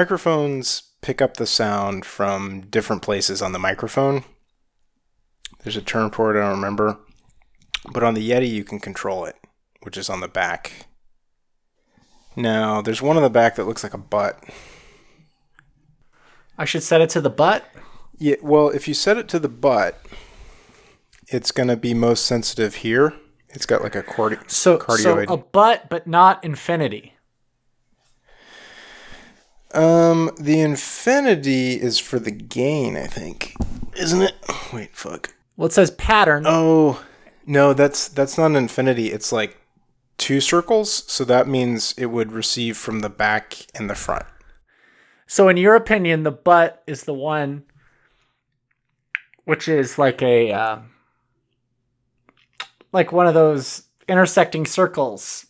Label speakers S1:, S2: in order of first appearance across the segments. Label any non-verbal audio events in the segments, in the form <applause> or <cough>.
S1: Microphones pick up the sound from different places on the microphone. There's a term for it, I don't remember. But on the Yeti, you can control it, which is on the back. No, there's one on the back that looks like a butt.
S2: I should set it to the butt.
S1: Yeah, well, if you set it to the butt, it's going to be most sensitive here. It's got like a cord-
S2: So, so
S1: cardioid.
S2: a butt, but not infinity.
S1: Um, the infinity is for the gain, I think, isn't it? Wait, fuck.
S2: Well, it says pattern.
S1: Oh, no, that's that's not an infinity. It's like two circles, so that means it would receive from the back and the front.
S2: So, in your opinion, the butt is the one which is like a uh, like one of those intersecting circles,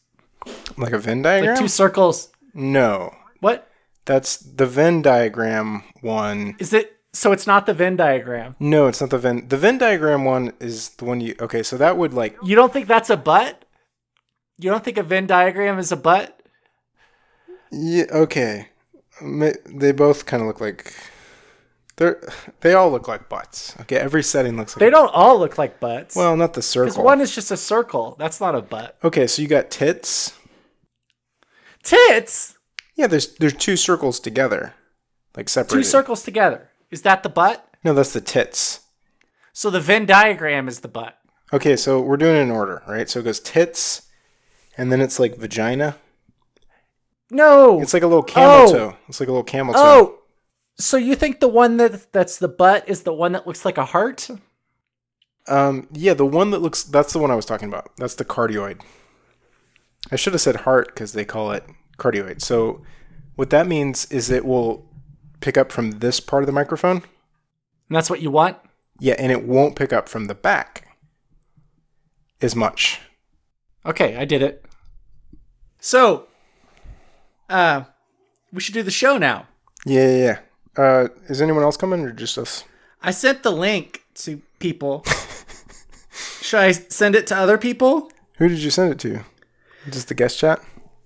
S1: Like a Venn
S2: like
S1: diagram?
S2: two circles.
S1: no.
S2: What
S1: That's the Venn diagram one.
S2: is it? So it's not the Venn diagram.
S1: No, it's not the Venn. The Venn diagram one is the one you Okay, so that would like
S2: You don't think that's a butt? You don't think a Venn diagram is a butt?
S1: Yeah, okay. Ma- They both kind of look like they're they all look like butts. Okay, every setting looks like
S2: They don't all look like butts.
S1: Well, not the
S2: because
S1: circle.
S2: one is just a circle. That's not a butt.
S1: okay, so you got tits.
S2: Tits.
S1: Yeah, there's there's two circles together, like separated.
S2: Two circles together. Is that the butt?
S1: No, that's the tits.
S2: So the Venn diagram is the butt.
S1: Okay, so we're doing it in order, right? So it goes tits, and then it's like vagina.
S2: No.
S1: It's like a little camel
S2: Oh.
S1: toe. It's like a little camel toe.
S2: Oh, so you think the one that that's the butt is the one that looks like a heart?
S1: Um, yeah, the one that looks that's the one I was talking about. That's the cardioid. I should have said heart because they call it cardioid. So what that means is it will pick up from this part of the microphone.
S2: And that's what you want?
S1: Yeah, and it won't pick up from the back as much.
S2: Okay, I did it. So, uh, we should do the show now.
S1: Yeah, yeah, yeah. Uh, is anyone else coming or just us?
S2: I sent the link to
S1: <laughs>
S2: people. should I send it to other people?
S1: Who did you send it to? Just the guest chat?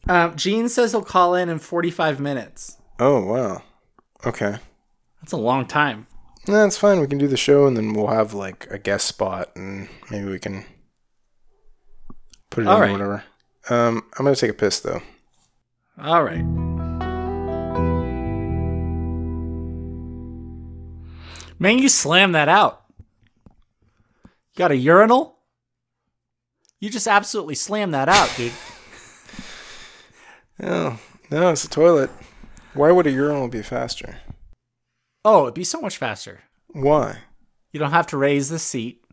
S2: Um, Gene says he'll call in in 45 minutes.
S1: Oh, wow. Okay.
S2: That's a long time.
S1: No, that's fine. We can do the show and then we'll have like a guest spot and maybe we can put it
S2: All
S1: in
S2: right.
S1: or whatever. Um, I'm going to take a piss though.
S2: All right. Man, you slammed that out. You got a urinal? You just absolutely slammed that out, dude.
S1: Oh, no, it's a toilet. Why would a urinal be faster?
S2: oh, it'd be so much faster.
S1: Why?
S2: You don't have to raise the seat.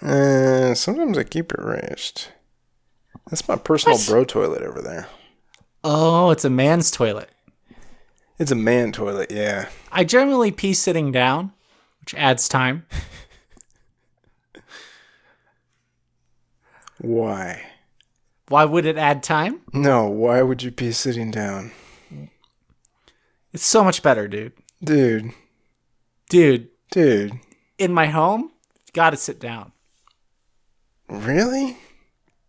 S1: Uh, sometimes I keep it raised. That's my personal
S2: What?
S1: bro toilet over there.
S2: Oh, it's a man's toilet.
S1: It's a man toilet, yeah.
S2: I generally pee sitting down, which adds time.
S1: Why?
S2: Why would it add time?
S1: No, why would you be sitting down?
S2: It's so much better, dude.
S1: Dude,
S2: Dude,
S1: dude,
S2: in my home, gotta sit down.
S1: really?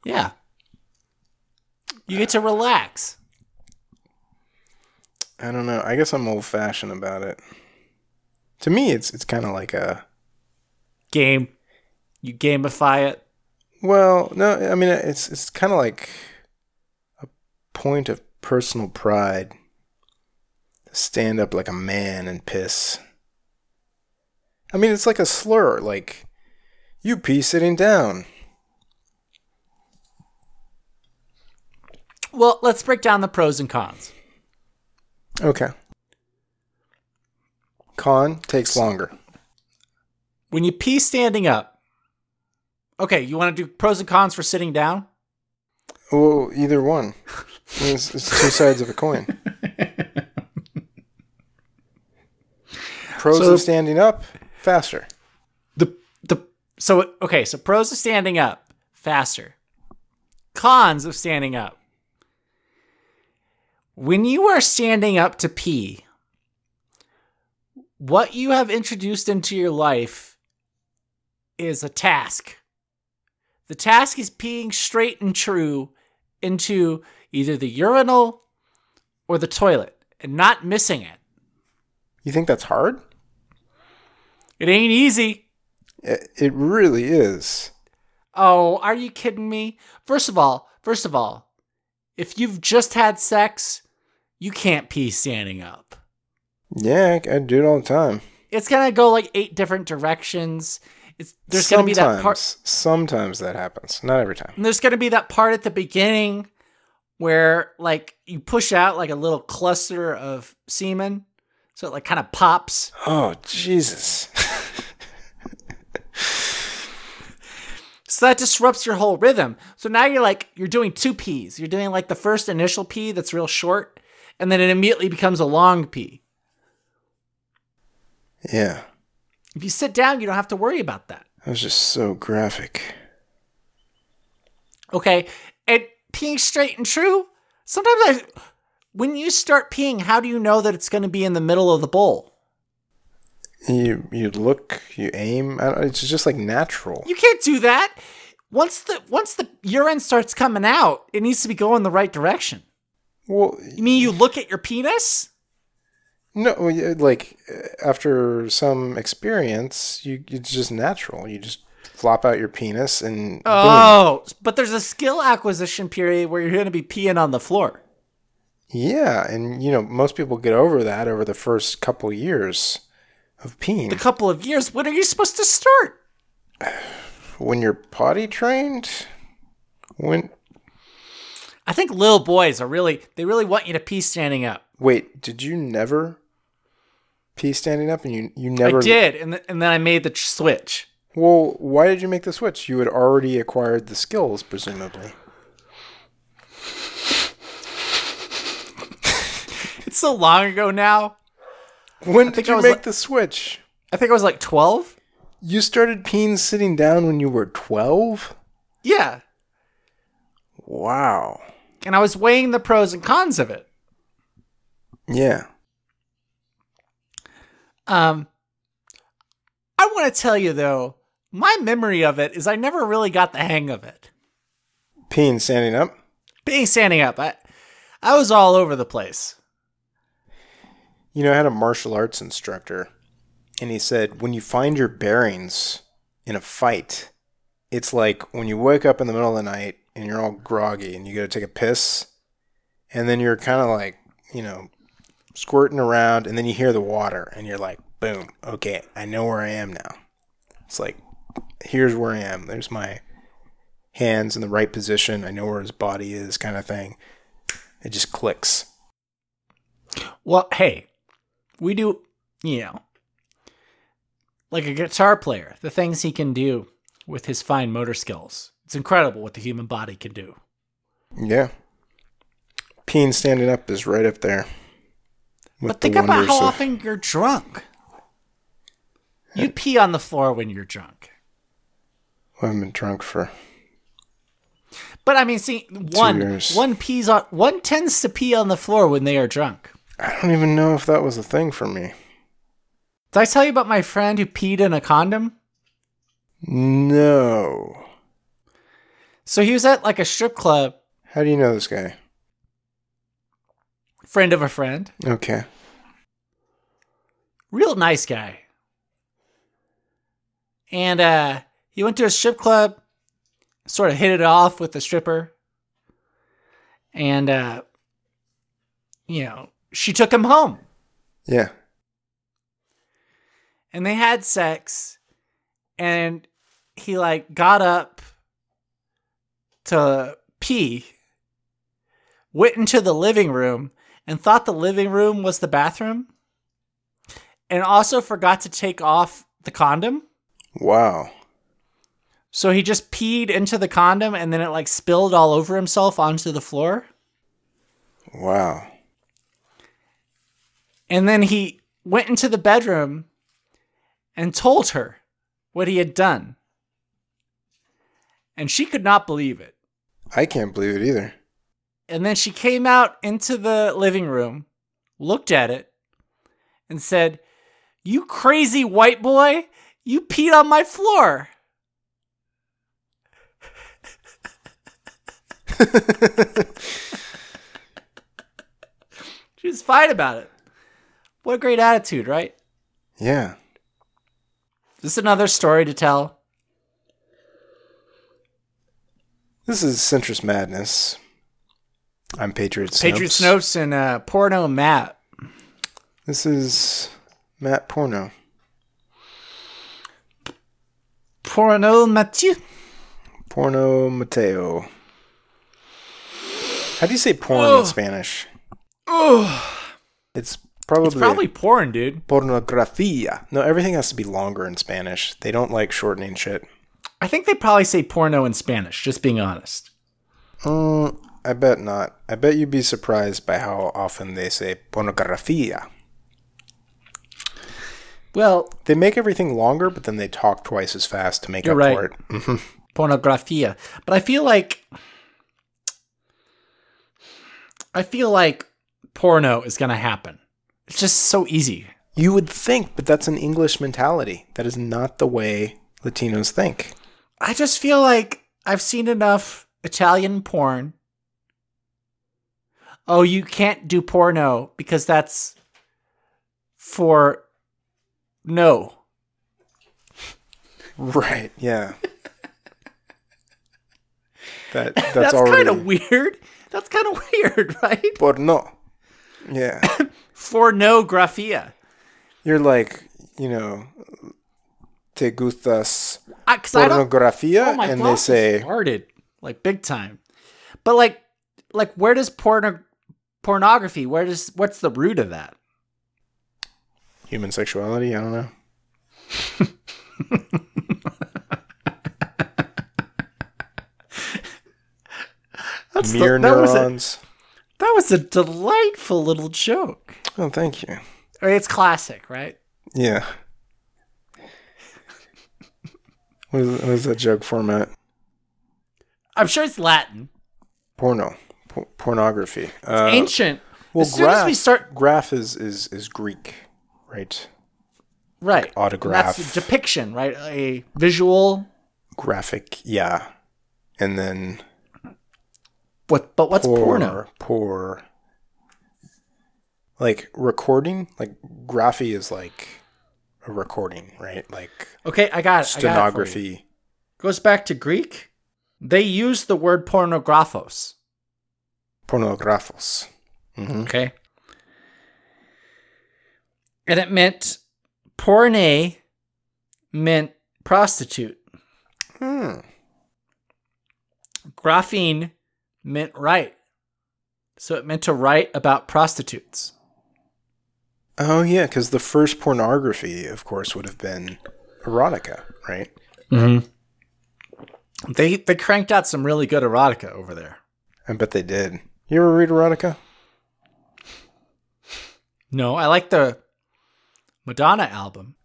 S2: Yeah. You get to relax.
S1: I don't know. I guess I'm old fashioned about it. To me, it's it's kind of like a
S2: Game. You gamify it.
S1: well, no, I mean it's it's kind of like a point of personal pride. Stand up like a man and piss. I mean, it's like a slur, like you pee sitting down.
S2: Well, let's break down the pros and cons.
S1: Okay. Con takes longer.
S2: When you pee standing up, okay, you want to do pros and cons for sitting down?
S1: Well, either one. It's, it's two sides of a coin. Pros
S2: So-
S1: of standing up faster.
S2: The the so okay, so pros of standing up faster. Cons of standing up. When you are standing up to pee, what you have introduced into your life is a task. The task is peeing straight and true into either the urinal or the toilet and not missing it.
S1: You think that's hard?
S2: It ain't easy.
S1: It, it really is.
S2: Oh, are you kidding me? First of all, first of all, if you've just had sex, you can't pee standing up.
S1: Yeah, I, I do it all the time.
S2: It's gonna go like eight different directions. It's there's gonna be that part.
S1: Sometimes that happens. Not every time.
S2: And there's gonna be that part at the beginning where like you push out like a little cluster of semen, so it like kind of pops.
S1: Oh Jesus!
S2: So that disrupts your whole rhythm. So now you're like, you're doing two P's. You're doing like the first initial P that's real short, and then it immediately becomes a long P.
S1: yeah,
S2: If you sit down, you don't have to worry about that.
S1: that was just so graphic.
S2: Okay. And peeing straight and true, sometimes I, when you start peeing, how do you know that it's going to be in the middle of the bowl?
S1: You you look, you aim. I don't, it's just like natural.
S2: You can't do that. Once the once the urine starts coming out, it needs to be going the right direction.
S1: Well,
S2: You mean you look at your penis?
S1: no, well, yeah, like uh, after some experience, you it's just natural. You just flop out your penis and boom.
S2: Oh, but there's a skill acquisition period where you're going to be peeing on the floor.
S1: Yeah, and you know most people get over that over the first couple years of
S2: A
S1: peeing.
S2: couple of years. When are you supposed to start?
S1: When you're potty trained, when
S2: I think little boys are really they really want you to pee standing up.
S1: wait, did you never pee standing up? And you you never
S2: I did, and th- and then I made the tr- switch.
S1: Well, why did you make the switch? You had already acquired the skills, presumably.
S2: It's so long ago now.
S1: When
S2: think
S1: did
S2: I
S1: you
S2: was
S1: make
S2: li-
S1: the switch?
S2: I think I was like 12.
S1: You started peeing sitting down when you were 12?
S2: Yeah.
S1: Wow.
S2: And I was weighing the pros and cons of it.
S1: Yeah.
S2: Um I want to tell you though, my memory of it is I never really got the hang of it.
S1: Peeing standing up?
S2: Being standing up, I I was all over the place.
S1: You know, I had a martial arts instructor, and he said, when you find your bearings in a fight, it's like when you wake up in the middle of the night and you're all groggy and you go to take a piss, and then you're kind of like, you know, squirting around, and then you hear the water, and you're like, boom, okay, I know where I am now. It's like, here's where I am. There's my hands in the right position. I know where his body is, kind of thing. It just clicks.
S2: Well, hey, we do, you know, like a guitar player, the things he can do with his fine motor skills. It's incredible what the human body can do.
S1: Yeah. Peeing standing up is right up there. with
S2: but think
S1: the
S2: about
S1: wonders
S2: how
S1: of-
S2: often you're drunk. You pee on the floor when you're drunk.
S1: I haven't been drunk for.
S2: But I mean, see, one
S1: years.
S2: one pees on one tends to pee on the floor when they are drunk.
S1: I don't even know if that was a thing for me.
S2: Did I tell you about my friend who peed in a condom?
S1: No.
S2: So he was at like a strip club,
S1: How do you know this guy?
S2: friend of a friend,
S1: Okay.
S2: real nice guy. And uh, he went to a strip club, sort of hit it off with the stripper. And, uh, you know, she took him home
S1: Yeah.
S2: and they had sex. And he, like, got up to pee, went into the living room, and thought the living room was the bathroom. And also forgot to take off the condom.
S1: Wow.
S2: So he just peed into the condom and then it like spilled all over himself onto the floor.
S1: Wow.
S2: And then he went into the bedroom and told her what he had done. And she could not believe it.
S1: I can't believe it either.
S2: And then she came out into the living room, looked at it, and said, You crazy white boy, you peed on my floor. <laughs> She was fine about it. What a great attitude, right?
S1: Yeah.
S2: Is this another story to tell?
S1: This is Centrist Madness. I'm Patriot Snopes.
S2: Patriot Snopes and uh, Porno Matt.
S1: This is Matt Porno.
S2: Porno Mathieu.
S1: Porno Mateo. How do you say porn in
S2: Ugh.
S1: Spanish?
S2: Oh,
S1: It's probably,
S2: it's probably porn, dude.
S1: pornografía. No, everything has to be longer in Spanish. They don't like shortening shit.
S2: I think they probably say porno in Spanish, just being honest.
S1: Mm, I bet not. I bet you'd be surprised by how often they say pornografía.
S2: Well,
S1: They make everything longer, but then they talk twice as fast to make
S2: You're
S1: up
S2: right.
S1: for it.
S2: pornografia. But I feel like I feel like porno is gonna happen. It's just so easy.
S1: You would think, but that's an English mentality. That is not the way Latinos think.
S2: I just feel like I've seen enough Italian porn. Oh, you can't do porno because that's for no.
S1: Right.
S2: <laughs>
S1: Yeah. that that's,
S2: That's,
S1: already
S2: kind of weird. That's kind of weird, <laughs> right?
S1: porno. Yeah.
S2: For no graphia.
S1: You're like, you know, te gustas
S2: Because I, don't
S1: pornografía
S2: Oh, my
S1: and
S2: God,
S1: they say
S2: farted like big time. But like, like where does porno pornography? Where does what's the root of that?
S1: human sexuality, I don't know.
S2: That's
S1: Mirror
S2: the, that was a
S1: neurons.
S2: that was a delightful little joke.
S1: Oh, thank you.
S2: I mean, it's classic, right? <laughs>
S1: Yeah. What is, what is that joke format?
S2: I'm sure it's Latin,
S1: Porno. Por- pornography. Uh,
S2: ancient.
S1: well,
S2: as soon as we start,
S1: graph is, is, is Greek, right?
S2: right,
S1: autograph.
S2: That's a depiction, right? A visual.
S1: Graphic, yeah. And then
S2: What? But what's
S1: poor,
S2: porno?
S1: poor. Like recording, like graphy is like a recording, right? Like
S2: Okay, I got it. I got it for you.
S1: stenography.
S2: goes back to Greek. They use the word pornographos.
S1: Pornographos. hmm
S2: Okay. And it meant porne meant prostitute.
S1: Hmm.
S2: Graphene meant write. So it meant to write about prostitutes.
S1: Oh yeah, because the first pornography, of course, would have been erotica, right?
S2: Mm-hmm. They they cranked out some really good erotica over there.
S1: I bet they did. You ever read erotica?
S2: No, I like the Madonna album.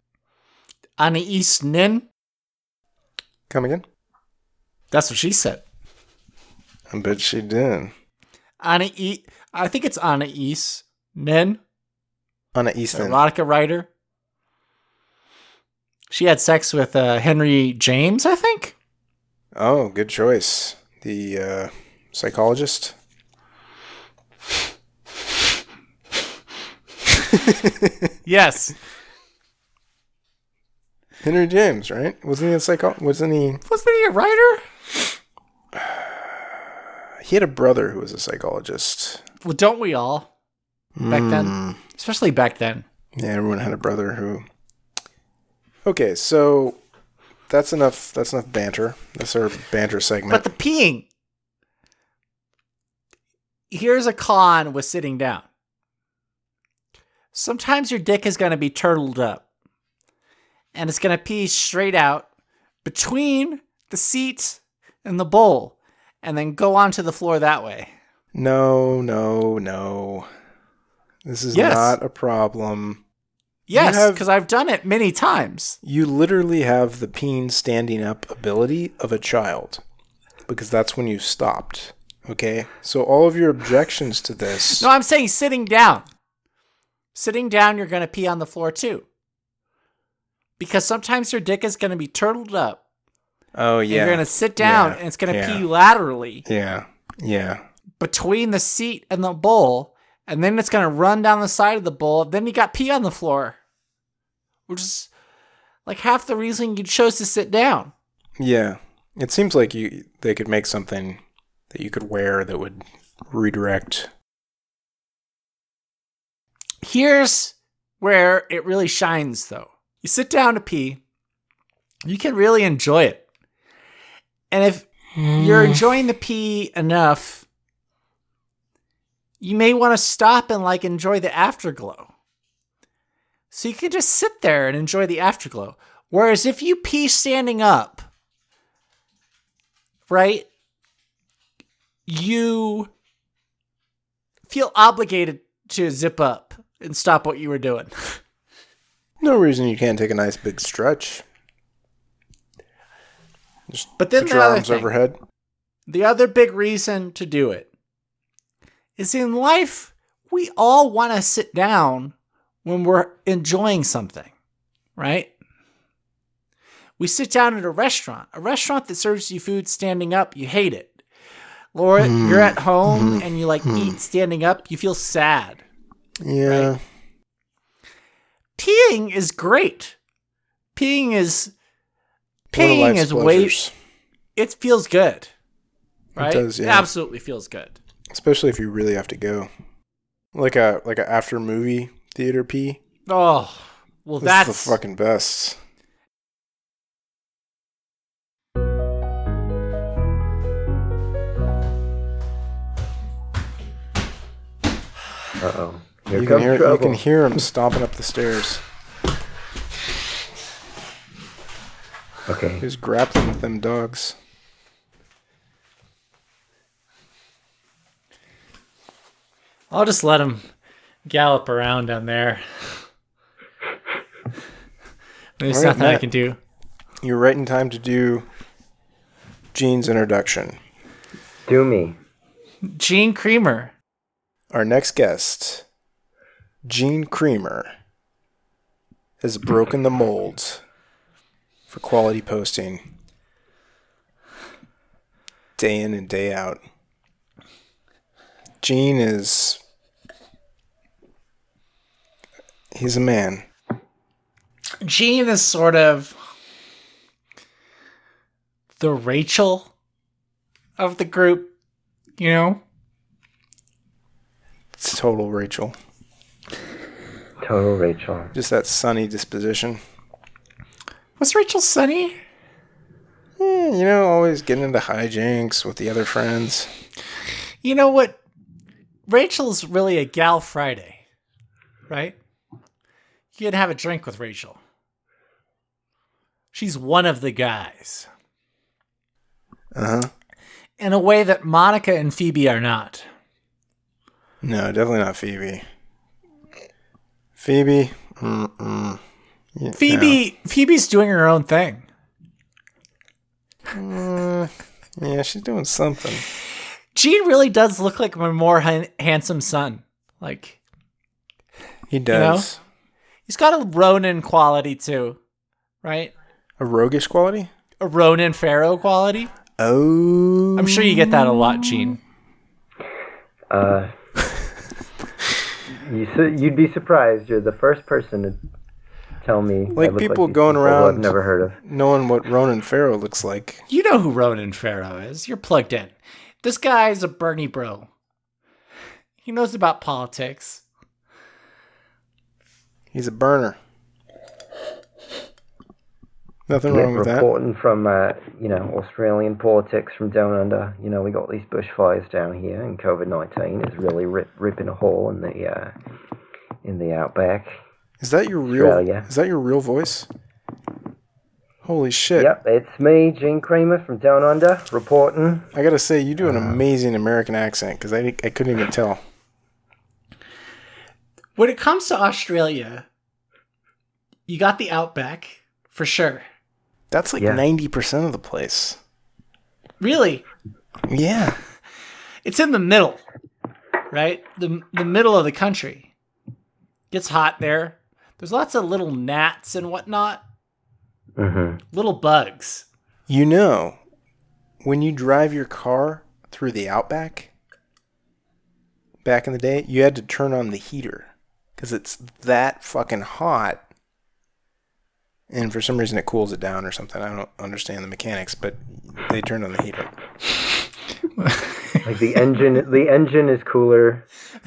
S2: Anna East Nin.
S1: Come again?
S2: That's what she said.
S1: I bet she did.
S2: Anna E. I think it's Anna East Nin.
S1: Anna
S2: the
S1: Easton.
S2: erotica writer. She had sex with uh, Henry James, I think.
S1: Oh, good choice. The uh, psychologist.
S2: Yes.
S1: Henry James, right? Wasn't he a psycho? Wasn't he?
S2: <laughs> Wasn't he a writer?
S1: He had a brother who was a psychologist.
S2: Well, don't we all? Back then, especially back then.
S1: Yeah, everyone had a brother who. Okay, so that's enough. That's enough banter. That's our banter segment.
S2: But the peeing. Here's a con with sitting down. Sometimes your dick is going to be turtled up and it's going to pee straight out between the seat and the bowl and then go onto the floor that way.
S1: no, no, no. This is
S2: Yes.
S1: not a problem. You
S2: Yes,
S1: have-
S2: because I've done it many times.
S1: You literally have the peen standing up ability of a child, because that's when you stopped. Okay, so all of your objections to this.
S2: No, I'm saying sitting down. Sitting down, you're going to pee on the floor too. Because sometimes your dick is going to be turtled up.
S1: oh
S2: And
S1: yeah.
S2: You're going to sit down
S1: Yeah.
S2: and it's going to
S1: Yeah.
S2: pee laterally
S1: Yeah. Yeah.
S2: between the seat and the bowl. and then it's gonna run down the side of the bowl. Then you got pee on the floor, which is like half the reason you chose to sit down.
S1: Yeah. It seems like you they could make something that you could wear that would redirect.
S2: Here's where it really shines, though. You sit down to pee, you can really enjoy it, and if you're
S1: Mm.
S2: enjoying the pee enough, you may want to stop and like enjoy the afterglow. So you can just sit there and enjoy the afterglow. Whereas if you pee standing up, right, you feel obligated to zip up and stop what you were doing. <laughs>
S1: No reason you can't take a nice big stretch. Just
S2: But then
S1: put
S2: the
S1: your
S2: other
S1: arms
S2: thing-
S1: overhead.
S2: The other big reason to do it is in life, we all want to sit down when we're enjoying something, right? We sit down at a restaurant, a restaurant that serves you food standing up, you hate it. Laura,
S1: Mm-hmm.
S2: you're at home and you like eat standing up, you feel sad.
S1: Yeah.
S2: Peeing is great. Peeing is
S1: One of
S2: peeing
S1: life's
S2: is way
S1: pleasures.
S2: it feels good. Right?
S1: does,
S2: It
S1: yeah.
S2: absolutely feels good.
S1: especially if you really have to go, like a like a after movie theater pee.
S2: Oh, well,
S1: This
S2: that's
S1: is the fucking best.
S3: Uh oh. Here
S1: You can
S3: comes
S1: hear you
S3: trouble.
S1: can hear him stomping up the stairs.
S3: okay.
S1: He's grappling with them dogs.
S2: I'll just let him gallop around down <laughs> there. There's
S1: All right,
S2: nothing I
S1: Matt.
S2: can do.
S1: You're right in time to do Gene's introduction.
S3: Do me.
S2: Gene Creamer.
S1: Our next guest, Gene Creamer, has broken the mold for quality posting day in and day out. Gene is. He's a man.
S2: Gene is sort of the Rachel of the group, you know?
S1: It's total Rachel.
S3: Total Rachel.
S1: Just that sunny disposition.
S2: Was Rachel sunny?
S1: Eh, you know, always getting into hijinks with the other friends.
S2: You know what? Rachel's really a gal Friday, right? You can have a drink with Rachel. She's one of the guys
S1: Uh huh.
S2: in a way that Monica and Phoebe are not.
S1: No, definitely not Phoebe. Phoebe. Mm-mm. Yeah,
S2: Phoebe, Phoebe's doing her own thing.
S1: no. Mm, yeah, she's doing something.
S2: Gene really does look like my more han- handsome son. Like
S1: He does.
S2: he's got a Ronin quality too, right?
S1: A roguish quality?
S2: A Ronin Pharaoh quality.
S1: Oh.
S2: I'm sure you get that a lot, Gene.
S3: Uh, you su- you'd be surprised. You're the first person to tell me. I
S1: Like
S3: look
S1: people
S3: these
S1: going
S3: people I've
S1: around-
S3: never heard of.
S1: Knowing what Ronan Farrow looks like.
S2: You know who Ronan Farrow is. You're plugged in. This guy is a Bernie bro. He knows about politics.
S1: He's a burner. Nothing
S3: Yeah,
S1: wrong with that.
S3: reporting from uh, you know Australian politics from down under. You know we got these bushfires down here, and COVID nineteen is really rip- ripping a hole in the uh, in the outback.
S1: Is that your real
S3: Australia.
S1: Is that your real voice? Holy shit.
S3: Yep, it's me, Gene Creamer from down under, reporting.
S1: I gotta say, you
S3: Uh,
S1: do an amazing American accent because I, I couldn't even tell.
S2: When it comes to Australia, you got the outback for sure.
S1: That's like
S3: Yeah.
S1: 90% of the place.
S2: Really,
S1: Yeah.
S2: it's in the middle, right? The the middle of the country. Gets hot there. There's lots of little gnats and whatnot,
S3: Mm-hmm.
S2: little bugs. <laughs>
S1: You know, when you drive your car through the outback, back in the day, you had to turn on the heater because it's that fucking hot. And for some reason, it cools it down or something. I don't understand the mechanics, but they turned on the heater.
S3: Like the engine, the engine is cooler.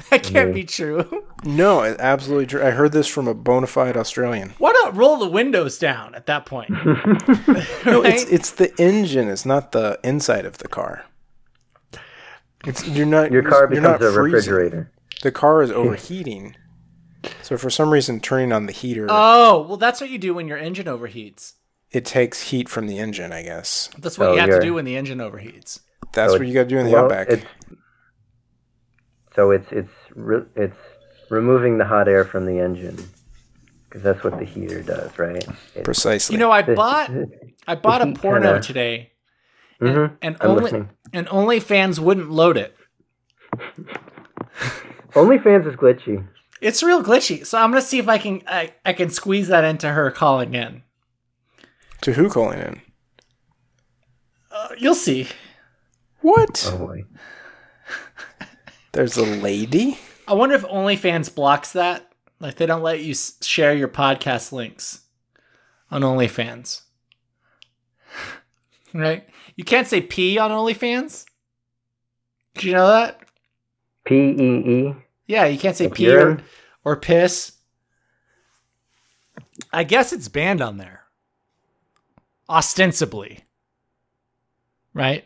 S2: that can't be true. <laughs>
S1: No, it absolutely true. I heard this from a bona fide Australian.
S2: Why not roll the windows down at that
S3: <laughs>
S2: point?
S1: No, it's it's the engine. It's not the inside of the car. It's you're not
S3: Your car
S1: you're not
S3: becomes a
S1: freezing.
S3: refrigerator.
S1: The car is overheating. So for some reason, turning on the heater,
S2: oh, well, that's what you do when your engine overheats.
S1: it takes heat from the engine. I guess
S2: That's what
S3: Oh,
S2: you have to
S3: you're-
S2: do when the engine overheats.
S1: that's
S3: So
S1: what you got to do in the
S3: Well,
S1: outback.
S3: it's- so it's it's re, it's removing the hot air from the engine because that's what the heater does, right? It-
S1: Precisely.
S2: You know, I
S3: <laughs>
S2: bought I bought a
S3: heat
S2: porno
S3: kinda-
S2: today,
S3: Mhm.
S2: and
S3: I'm
S2: only
S3: listening.
S2: and OnlyFans wouldn't load it.
S3: OnlyFans is glitchy.
S2: It's real glitchy. So I'm gonna see if I can I, I can squeeze that into her calling in.
S1: to who calling in?
S2: Uh, you'll see.
S1: What?
S3: Oh boy.
S1: There's a lady.
S2: I wonder if OnlyFans blocks that. Like they don't let you s- share your podcast links on OnlyFans. <laughs> Right? You can't say P on OnlyFans. Did you know that?
S3: P E E.
S2: Yeah, you can't say
S3: Like
S2: pee or,
S3: urine?
S2: or piss. I guess it's banned on there. Ostensibly. Right?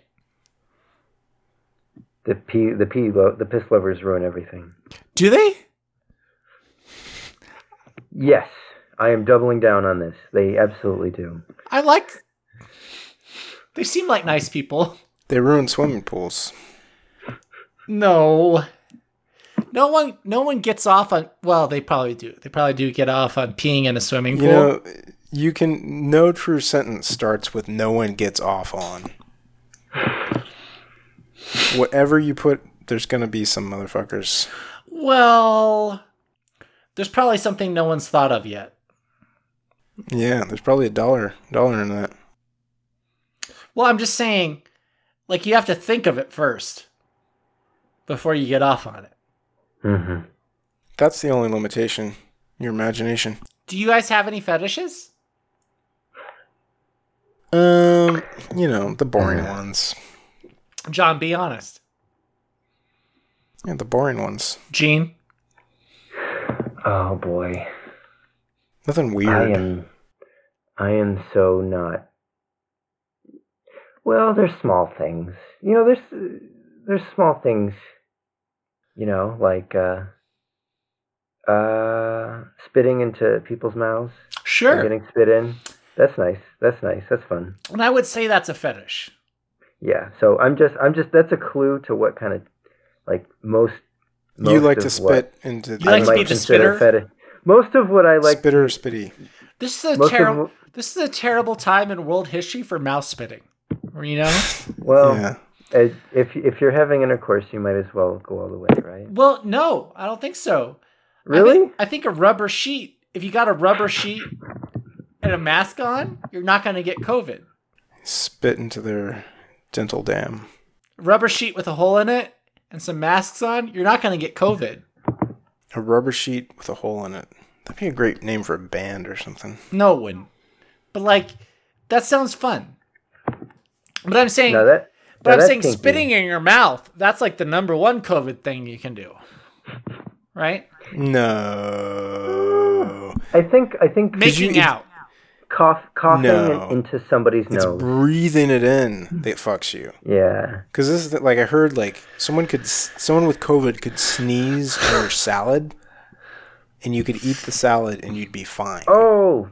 S3: The P the P lo- the piss lovers ruin everything.
S2: Do they?
S3: Yes, I am doubling down on this. They absolutely do.
S2: I like. They seem like nice people.
S1: They ruin swimming pools.
S2: No. No one no one gets off on well, they probably do. They probably do get off on peeing in a swimming pool.
S1: You know, you can. No true sentence starts with "no one gets off on." Whatever you put, there's gonna be some motherfuckers.
S2: well, there's probably something no one's thought of yet.
S1: Yeah, there's probably a dollar dollar in that.
S2: Well, I'm just saying like you have to think of it first before you get off on it.
S3: hmm
S1: That's the only limitation. Your imagination.
S2: Do you guys have any fetishes?
S1: Um, you know, the
S3: Mm.
S1: boring ones.
S2: John, be honest.
S1: Yeah, the boring ones.
S2: Gene,
S3: Oh boy.
S1: Nothing
S3: I
S1: weird.
S3: am I am so not Well, there's small things. You know, there's there's small things. You know, like uh uh spitting into people's mouths and
S2: sure.
S3: getting spit in. That's nice. That's nice. That's fun.
S2: And I would say that's a fetish.
S3: Yeah. So I'm just I'm just that's a clue to what kind of like most,
S1: You
S3: most
S1: like
S3: of
S1: to
S3: what
S1: spit into
S2: You like
S3: I
S2: to
S3: might
S2: be the
S3: consider
S2: spitter?
S3: feti- Most of what I like
S1: spitter or spitty.
S2: This is a
S3: Most of
S2: terrible.
S3: wh-
S2: This is a terrible time in world history for mouse spitting. Or, You know.
S3: well
S1: yeah.
S3: Uh, if if you're having intercourse, you might as well go all the way, right?
S2: well, no, I don't think so. I
S3: Really?
S2: think, I think a rubber sheet. If you got a rubber sheet and a mask on, you're not going to get COVID.
S1: Spit into their dental dam.
S2: Rubber sheet with a hole in it and some masks on, you're not going to get COVID.
S1: A rubber sheet with a hole in it. That'd be a great name for a band or something.
S2: No, it wouldn't. But like, that sounds fun. But I'm saying,
S3: no, that.
S2: but
S3: no,
S2: I'm
S3: that's
S2: saying,
S3: kinky.
S2: spitting in your mouth—that's like the number one COVID thing you can do, right?
S1: No.
S3: I think I think
S2: Making
S1: you-
S2: out.
S3: cough coughing
S1: No.
S3: into somebody's
S1: It's
S3: nose.
S1: breathing it in that fucks you.
S3: yeah.
S1: Because this is the, like I heard like someone could s- someone with COVID could sneeze on your salad, and you could eat the salad and you'd be fine.
S3: Oh,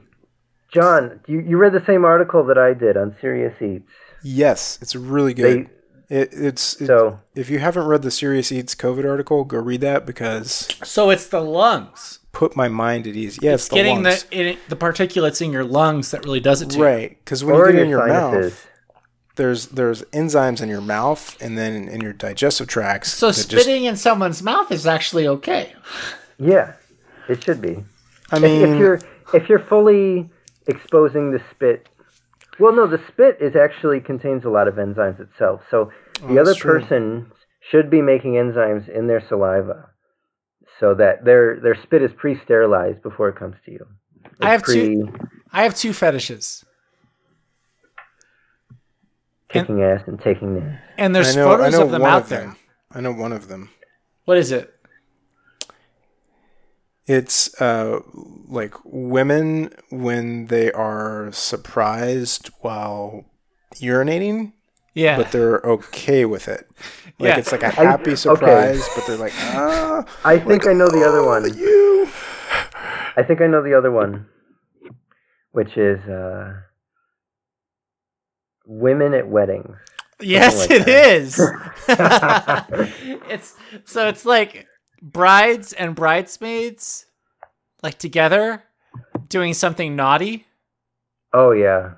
S3: John, you you read the same article that I did on Serious Eats.
S1: Yes, it's really good. it, it's it-
S3: So
S1: if you haven't read the Serious Eats COVID article, go read that because
S2: So it's the lungs.
S1: put my mind at ease. Yeah, it's, the
S2: getting
S1: lungs.
S2: the in, the particulates in your lungs that really does it to you.
S1: right because when
S3: or
S1: you get
S3: your,
S1: it in your
S3: sinuses.
S1: mouth, there's there's enzymes in your mouth and then in your digestive tracts.
S2: So
S1: that
S2: spitting in someone's mouth is actually okay.
S3: Yeah, it should be.
S1: I
S2: Mm.
S3: If, if
S1: mean,
S3: you're if you're fully exposing the spit, well, no, the spit is actually contains a lot of enzymes itself. So the
S2: Oh,
S1: that's
S3: other
S1: true.
S3: person's should be making enzymes in their saliva so that their their spit is pre-sterilized before it comes to you.
S2: I have
S3: It's
S2: two- I have two fetishes,
S3: Kicking ass and taking names.
S2: and there's photos of them out there.
S1: them. I know one of them.
S2: What is it?
S1: It's uh, like women when they are surprised while urinating,
S2: Yeah,
S1: but they're okay with it. Like
S2: Yeah.
S1: it's like a happy
S3: okay.
S1: surprise, but they're like, ah,
S3: I think I know the other one.
S1: you.
S3: I think I know the other one, which is uh, women at weddings.
S2: Yes,
S3: Something like
S2: it is. <laughs> it's so it's like brides and bridesmaids, like together, doing something naughty.
S3: Oh yeah.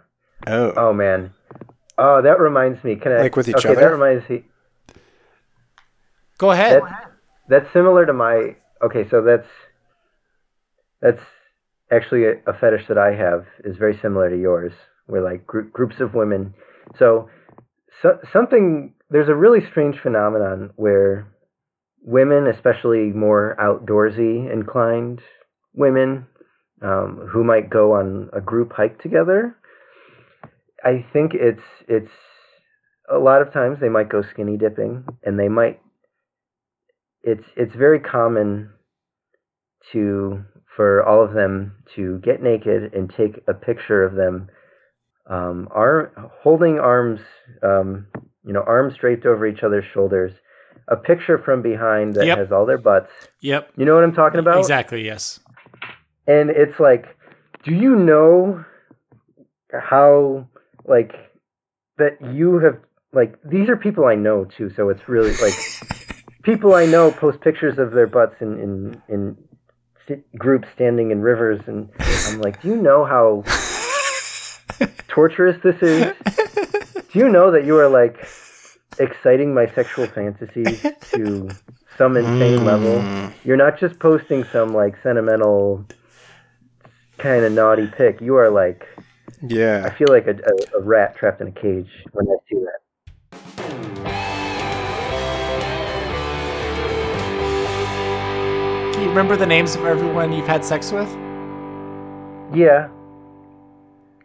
S1: Oh,
S3: Oh man. Oh, that reminds me. Can I
S1: Like with each
S3: okay,
S1: other?
S3: That reminds me.
S2: Go ahead.
S3: That's that's similar to my. Okay, so that's that's actually a, a fetish that I have is very similar to yours. Where like group, groups of women. So, so something there's a really strange phenomenon where women, especially more outdoorsy inclined women, um, who might go on a group hike together. I think it's it's a lot of times they might go skinny dipping, and they might. It's it's very common to for all of them to get naked and take a picture of them, um, arm holding arms, um, you know, arms draped over each other's shoulders, a picture from behind that
S2: Yep.
S3: has all their butts.
S2: Yep.
S3: You know what I'm talking about?
S2: Exactly. Yes.
S3: and it's like do you know how like that you have like these are people i know too so it's really like people i know post pictures of their butts in in in st- groups standing in rivers and i'm like do you know how torturous this is do you know that you are like exciting my sexual fantasies to some insane level
S1: Mm.
S3: you're not just posting some like sentimental kind of naughty pic. You are like I
S1: Yeah.
S3: feel like a, a, a rat trapped in a cage when I see that.
S2: Can you remember the names of everyone you've had sex with?
S3: Yeah,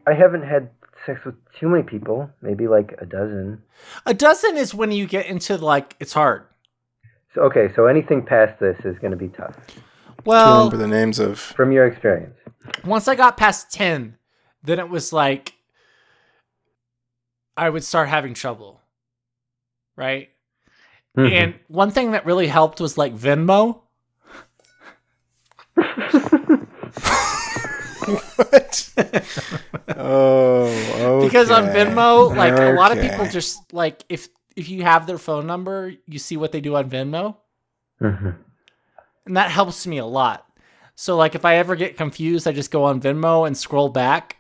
S3: I haven't had sex with too many people. Maybe like a dozen.
S2: A dozen is when you get into like it's hard.
S3: So okay, so anything past this is going to be tough
S1: To
S2: Well,
S1: remember the names of.
S3: from your experience.
S2: once I got past 10, then it was like I would start having trouble. Right?
S1: Mm-hmm.
S2: And one thing that really helped was like Venmo. <laughs>
S1: What? oh, okay.
S2: Because on Venmo, like a lot of people
S1: Okay.
S2: just like if if you have their phone number, you see what they do on Venmo.
S3: hmm
S2: And that helps me a lot. So like if I ever get confused, I just go on Venmo and scroll back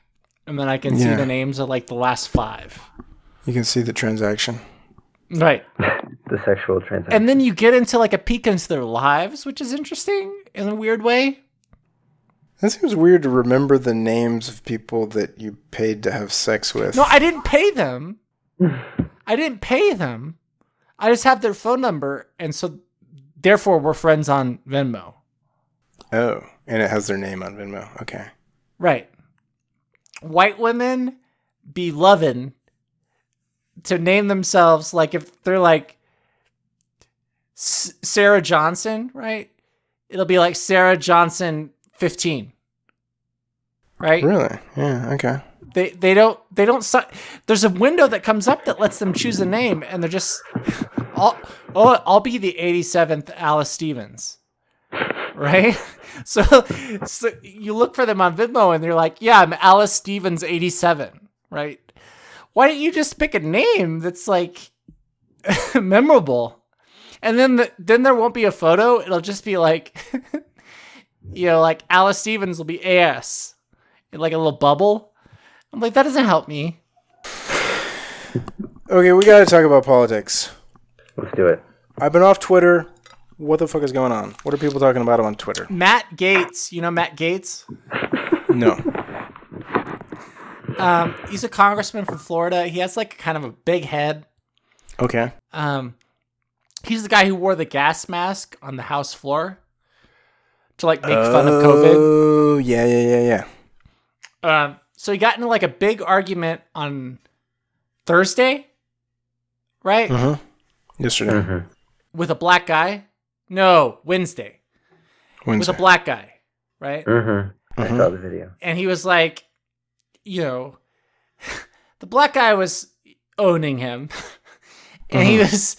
S2: and then I can see
S1: Yeah.
S2: the names of like the last 5.
S1: You can see the transaction.
S2: Right.
S3: The sexual transaction.
S2: and then you get into like a peek into their lives, which is interesting in a weird way.
S1: That seems weird to remember the names of people that you paid to have sex with.
S2: No, I didn't pay them. I didn't pay them. I just have their phone number, and so therefore we're friends on Venmo,
S1: oh, and it has their name on Venmo. Okay.
S2: right? White women be loving to name themselves like if they're like S- Sarah Johnson, right? It'll be like Sarah Johnson fifteen, right?
S1: Really? Yeah. Okay.
S2: they they don't they don't si- there's a window that comes up that lets them choose a name and they're just I'll, oh I'll be the 87th Alice Stevens right <laughs> so so you look for them on Venmo and they're like yeah I'm Alice Stevens 87 right why don't you just pick a name that's like <laughs> memorable and then the, then there won't be a photo it'll just be like <laughs> you know like Alice Stevens will be AS in like a little bubble I'm like, that doesn't help me.
S1: Okay, we got to talk about politics.
S3: Let's do it.
S1: I've been off Twitter. What the fuck is going on? What are people talking about on
S2: <laughs>
S1: Twitter?
S2: Matt Gates, you know Matt Gates?
S1: No.
S2: Um, he's a congressman from Florida. He has like kind of a big head.
S1: Okay.
S2: Um, He's the guy who wore the gas mask on the house floor to like make fun of COVID.
S1: Oh, yeah, yeah, yeah, yeah.
S2: Um, so he got into like a big argument on Thursday, right?
S1: Mm-hmm. Yesterday.
S3: Mm-hmm.
S2: With a black guy. No, Wednesday. Mm-hmm. With
S1: Wednesday.
S2: a black guy, right?
S3: Mm-hmm. I
S1: Mhm.
S3: saw the video.
S2: and he was like, you know, <laughs> the black guy was owning him, <laughs> and he was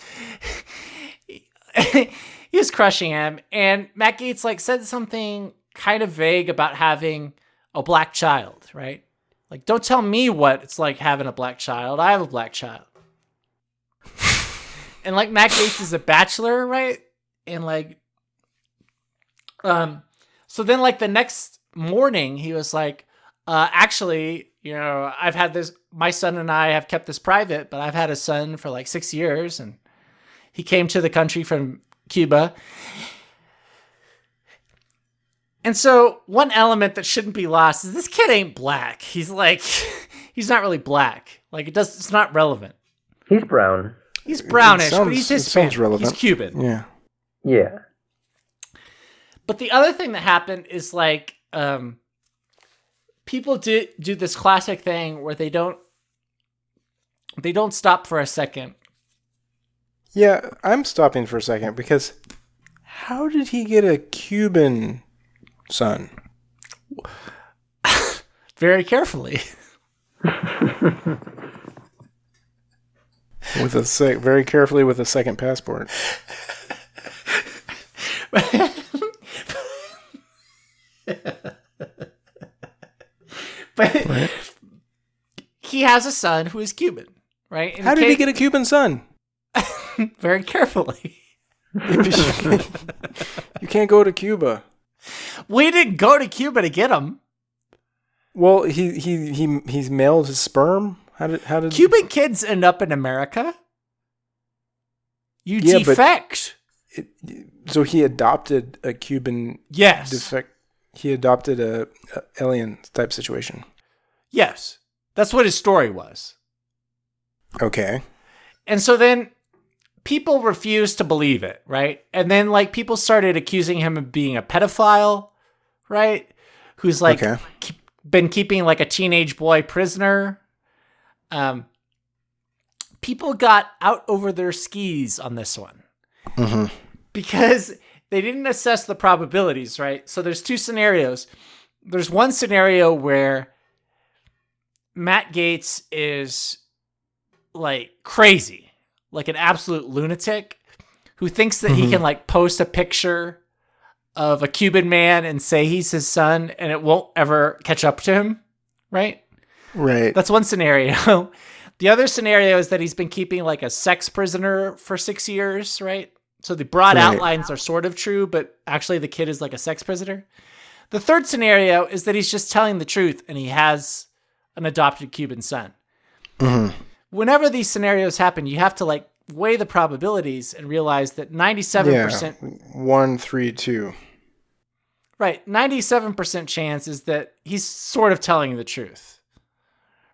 S2: <laughs> he was crushing him. And Matt Gates like said something kind of vague about having a black child, right? Like, don't tell me what it's like having a black child. I have a black child. and like Matt Gates is a bachelor, right? And like, um, so then, like the next morning, he was like, uh, "Actually, you know, I've had this. My son and I have kept this private, but I've had a son for like six years, and he came to the country from Cuba." And so, one element that shouldn't be lost is this kid ain't black. He's like, <laughs> he's not really black. Like it does, it's not relevant.
S3: He's brown.
S2: He's brownish, but
S1: sounds-
S2: he's
S1: it sounds
S2: Hispanic.
S1: relevant.
S2: He's Cuban.
S1: Yeah.
S3: Yeah.
S2: But the other thing that happened is like um, people do do this classic thing where they don't they don't stop for a second.
S1: Yeah, I'm stopping for a second because how did he get a Cuban son?
S2: Very carefully. <laughs>
S1: With a sec- very carefully with a second passport.
S2: but he has a son who is Cuban, right? And
S1: How did he
S2: came
S1: get a Cuban
S2: <laughs>
S1: son?
S2: very carefully? <laughs>
S1: you can't go to Cuba.
S2: We didn't go to Cuba to get him.
S1: Well, he he he he's mailed his sperm. How did how did
S2: Cuban kids end up in America. You
S1: Yeah, but-
S2: defect.
S1: So he adopted a Cuban
S2: yes.
S1: defect. He adopted a, a alien type situation.
S2: Yes. That's what his story was.
S1: Okay.
S2: And so then people refused to believe it, right? And then like people started accusing him of being a pedophile, right? Who's like
S1: Okay.
S2: keep, been keeping like a teenage boy prisoner. Um people got out over their skis on this one
S1: Mhm.
S2: because they didn't assess the probabilities, right? So there's two scenarios. There's one scenario where Matt Gates is like crazy, like an absolute lunatic who thinks that he can like post a picture of a Cuban man and say he's his son and it won't ever catch up to him, right?
S1: Right.
S2: That's one scenario. <laughs> The other scenario is that he's been keeping like a sex prisoner for six years, right? So the broad
S1: Right.
S2: outlines are sort of true, but actually the kid is like a sex prisoner. The third scenario is that he's just telling the truth and he has an adopted Cuban son.
S1: Mhm.
S2: Whenever these scenarios happen, you have to like weigh the probabilities and realize that 97%
S1: One three two.
S2: Right. 97% chance is that he's sort of telling the truth.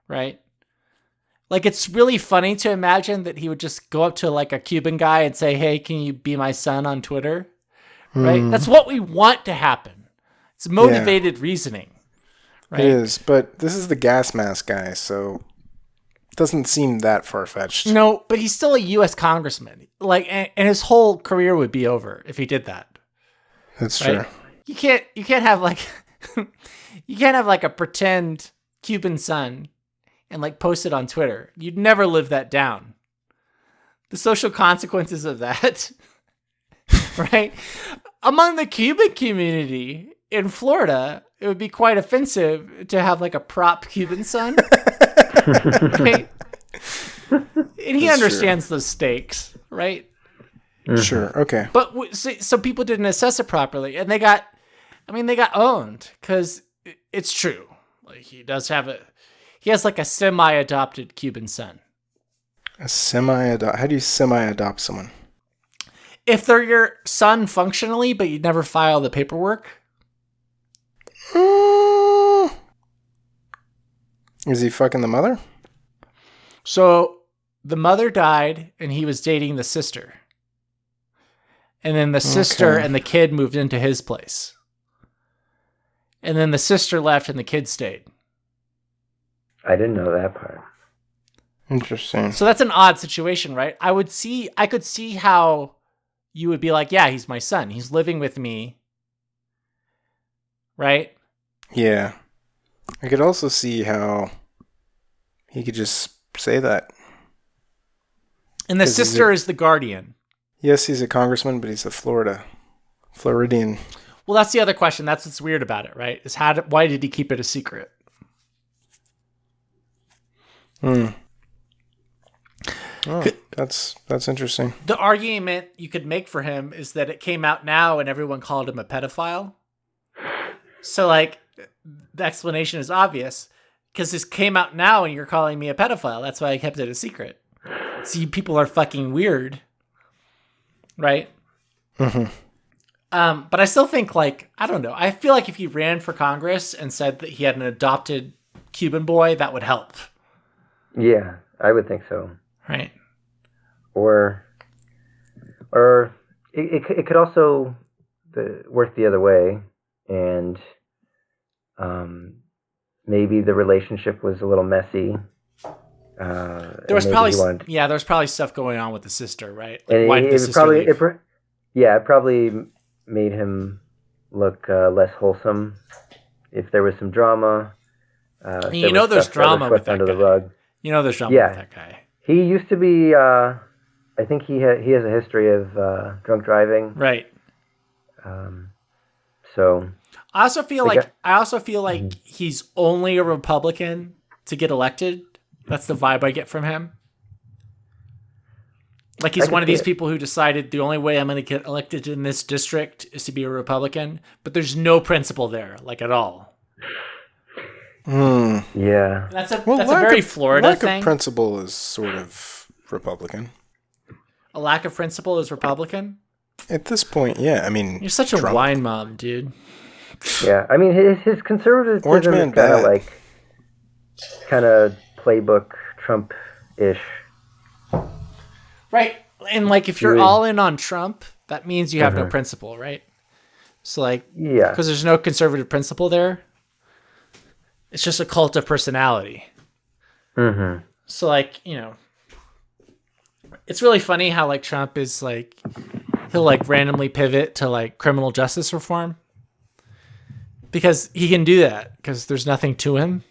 S2: Right? Like it's really funny to imagine that he would just go up to like a Cuban guy and say, "Hey, can you be my son on Twitter?" Right?
S1: Hmm.
S2: That's what we want to happen. It's motivated reasoning. Right?
S1: It is, but this is the gas mask guy, so it doesn't seem that far fetched.
S2: No, but he's still a US congressman. Like and, and his whole career would be over if he did that.
S1: That's
S2: Right.
S1: true.
S2: you can't you can't have like <laughs> you can't have like a pretend Cuban son and like post it on Twitter. You'd never live that down. The social consequences of that, <laughs> right? Among the Cuban community in Florida, it would be quite offensive to have like a prop Cuban son. right? And he
S1: That's true.
S2: understands those stakes, right?
S1: Sure. Okay.
S2: But w- so, so people didn't assess it properly, and they got, I mean, they got owned because it's true. Like he does have a, he has like a semi-adopted Cuban son.
S1: A semi adopt. How do you semi adopt someone?
S2: If they're your son functionally, but you never file the paperwork, Mm.
S1: Is he fucking the mother?
S2: so the mother died and he was dating the sister. And then the sister
S1: Okay.
S2: and the kid moved into his place. And then the sister left and the kid stayed.
S3: I didn't know that part.
S1: Interesting.
S2: So that's an odd situation, right? I would see I could see how you would be like, yeah, he's my son. He's living with me. Right?
S1: Yeah. I could also see how he could just say that.
S2: And the
S1: 'Cause he's
S2: sister
S1: a-
S2: is the guardian.
S1: Yes, he's a congressman, but he's a Florida Floridian.
S2: Well, that's the other question. That's what's weird about it, right? Is how did, why did he keep it a secret?
S1: Hmm. Oh, that's that's interesting.
S2: The argument you could make for him is that it came out now and everyone called him a pedophile. So like the explanation is obvious because this came out now and you're calling me a pedophile. That's why I kept it a secret. See, people are fucking weird. Right?
S1: Mhm.
S2: Um, but I still think like I don't know. I feel like if he ran for Congress and said that he had an adopted Cuban boy, that would help.
S3: Yeah, I would think so.
S2: Right?
S3: Or, or it, it, c- it could also the, work the other way, and um, maybe the relationship was a little messy. Uh, and
S2: There was
S3: maybe
S2: probably
S3: he wanted-
S2: yeah, there was probably stuff going on with the sister, right? Like,
S3: and
S2: why
S3: it,
S2: did
S3: it
S2: the sister
S3: probably
S2: leave?
S3: it, pr- yeah, it probably m- made him look uh, less wholesome. If there was some drama, uh, if
S2: You
S3: there
S2: know
S3: was
S2: there's
S3: stuff that was
S2: drama with
S3: swept under
S2: that
S3: the
S2: guy.
S3: rug.
S2: You know, there's drama
S3: Yeah.
S2: with that guy,
S3: He used to be. Uh, I think he ha- he has a history of uh, drunk driving.
S2: right?
S3: Um, so
S2: I also feel
S3: The
S2: like
S3: guy-
S2: I also feel like he's only a Republican to get elected. That's the vibe I get from him. Like
S3: I
S2: he's
S3: can
S2: one of
S3: see
S2: these
S3: it.
S2: people who decided the only way I'm going to get elected in this district is to be a Republican, but there's no principle there, like at all.
S1: Hmm.
S3: yeah,
S2: That's a
S1: Well,
S2: that's a
S1: lack
S2: very
S1: of-
S2: Florida
S1: lack
S2: thing.
S1: of principle is sort of Republican
S2: a lack of principle is Republican.
S1: at this point. Yeah, I mean,
S2: You're such a
S1: Trump.
S2: wine mom, dude.
S3: yeah. I mean, his his conservatism
S1: Orange
S3: is
S1: man
S3: kind
S1: bad.
S3: of like kind of playbook Trump ish.
S2: Right. And like if you're
S3: Really?
S2: all in on Trump, that means you have
S3: Uh-huh.
S2: no principle, right? So like
S3: Yeah,
S2: because there's no conservative principle there. It's just a cult of personality.
S3: hmm
S2: So like, you know, it's really funny how like Trump is like he'll like randomly pivot to like criminal justice reform because he can do that because there's nothing to him.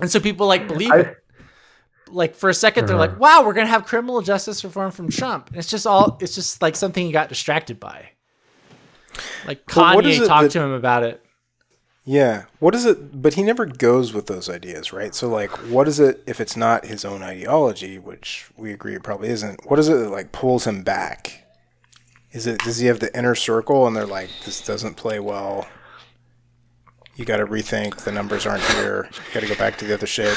S2: and so people like believe
S3: I-
S2: it. Like for a second they're
S1: Uh-huh.
S2: like, "Wow, we're going to have criminal justice reform from Trump." And it's just all it's just like something he got distracted by. Like
S1: But what is
S2: Kanye
S1: it
S2: talked
S1: that-
S2: to him about it.
S1: Yeah. What is it? But he never goes with those ideas, right? So, like, what is it if it's not his own ideology, which we agree it probably isn't? What is it that like pulls him back? Is it does he have the inner circle and they're like, this doesn't play well. You got to rethink. The numbers aren't here. You got to go back to the other shit.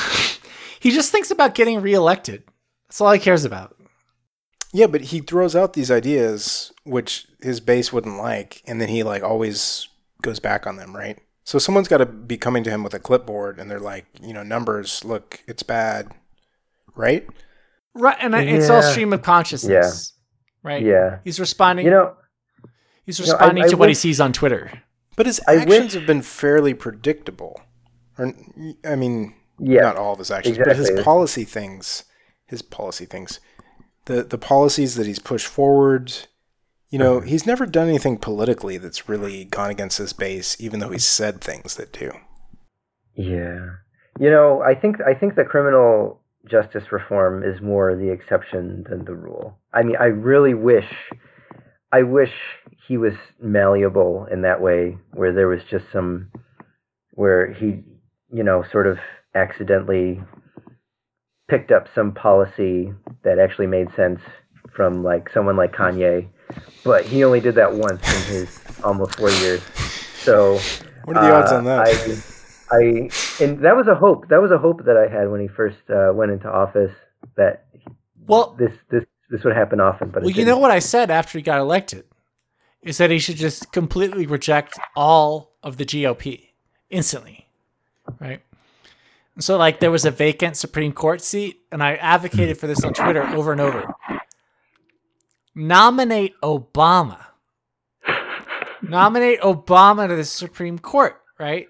S2: He just thinks about getting reelected. That's all he cares about.
S1: Yeah, but he throws out these ideas which his base wouldn't like, and then he like always goes back on them, right? So someone's got to be coming to him with a clipboard, and they're like, you know, numbers. Look, it's bad, right?
S2: Right, and I it's all
S3: Yeah.
S2: stream of consciousness. Right.
S3: yeah.
S2: He's responding.
S3: You know,
S2: he's
S3: you know, I-
S2: responding
S3: I
S2: to what he
S3: wish-
S2: sees on Twitter.
S1: But his
S3: I
S1: actions
S3: wish-
S1: have been fairly predictable, or I mean,
S3: yeah.
S1: not all of his actions, but his
S3: exactly.
S1: policy things, his policy things, the the policies that he's pushed forward. You know,
S3: Mm-hmm.
S1: he's never done anything politically that's really gone against his base, even though he's said things that do.
S3: Yeah. You know, I think I think the criminal justice reform is more the exception than the rule. I mean, I really wish I wish he was malleable in that way where there was just some where he, you know, sort of accidentally picked up some policy that actually made sense from like someone like Kanye, but he only did that once in his almost 4 years. So
S1: What are the odds
S3: uh,
S1: on that?
S3: I, I and that was a hope. That was a hope that I had when he first uh, went into office that
S2: Well,
S3: this this this would happen often. But it
S2: well, you
S3: didn't.
S2: know what I said after he got elected is that he should just completely reject all of the GOP instantly, right? And so, like, there was a vacant Supreme Court seat, and I advocated for this on Twitter over and over. Nominate Obama. Nominate Obama to the Supreme Court, right?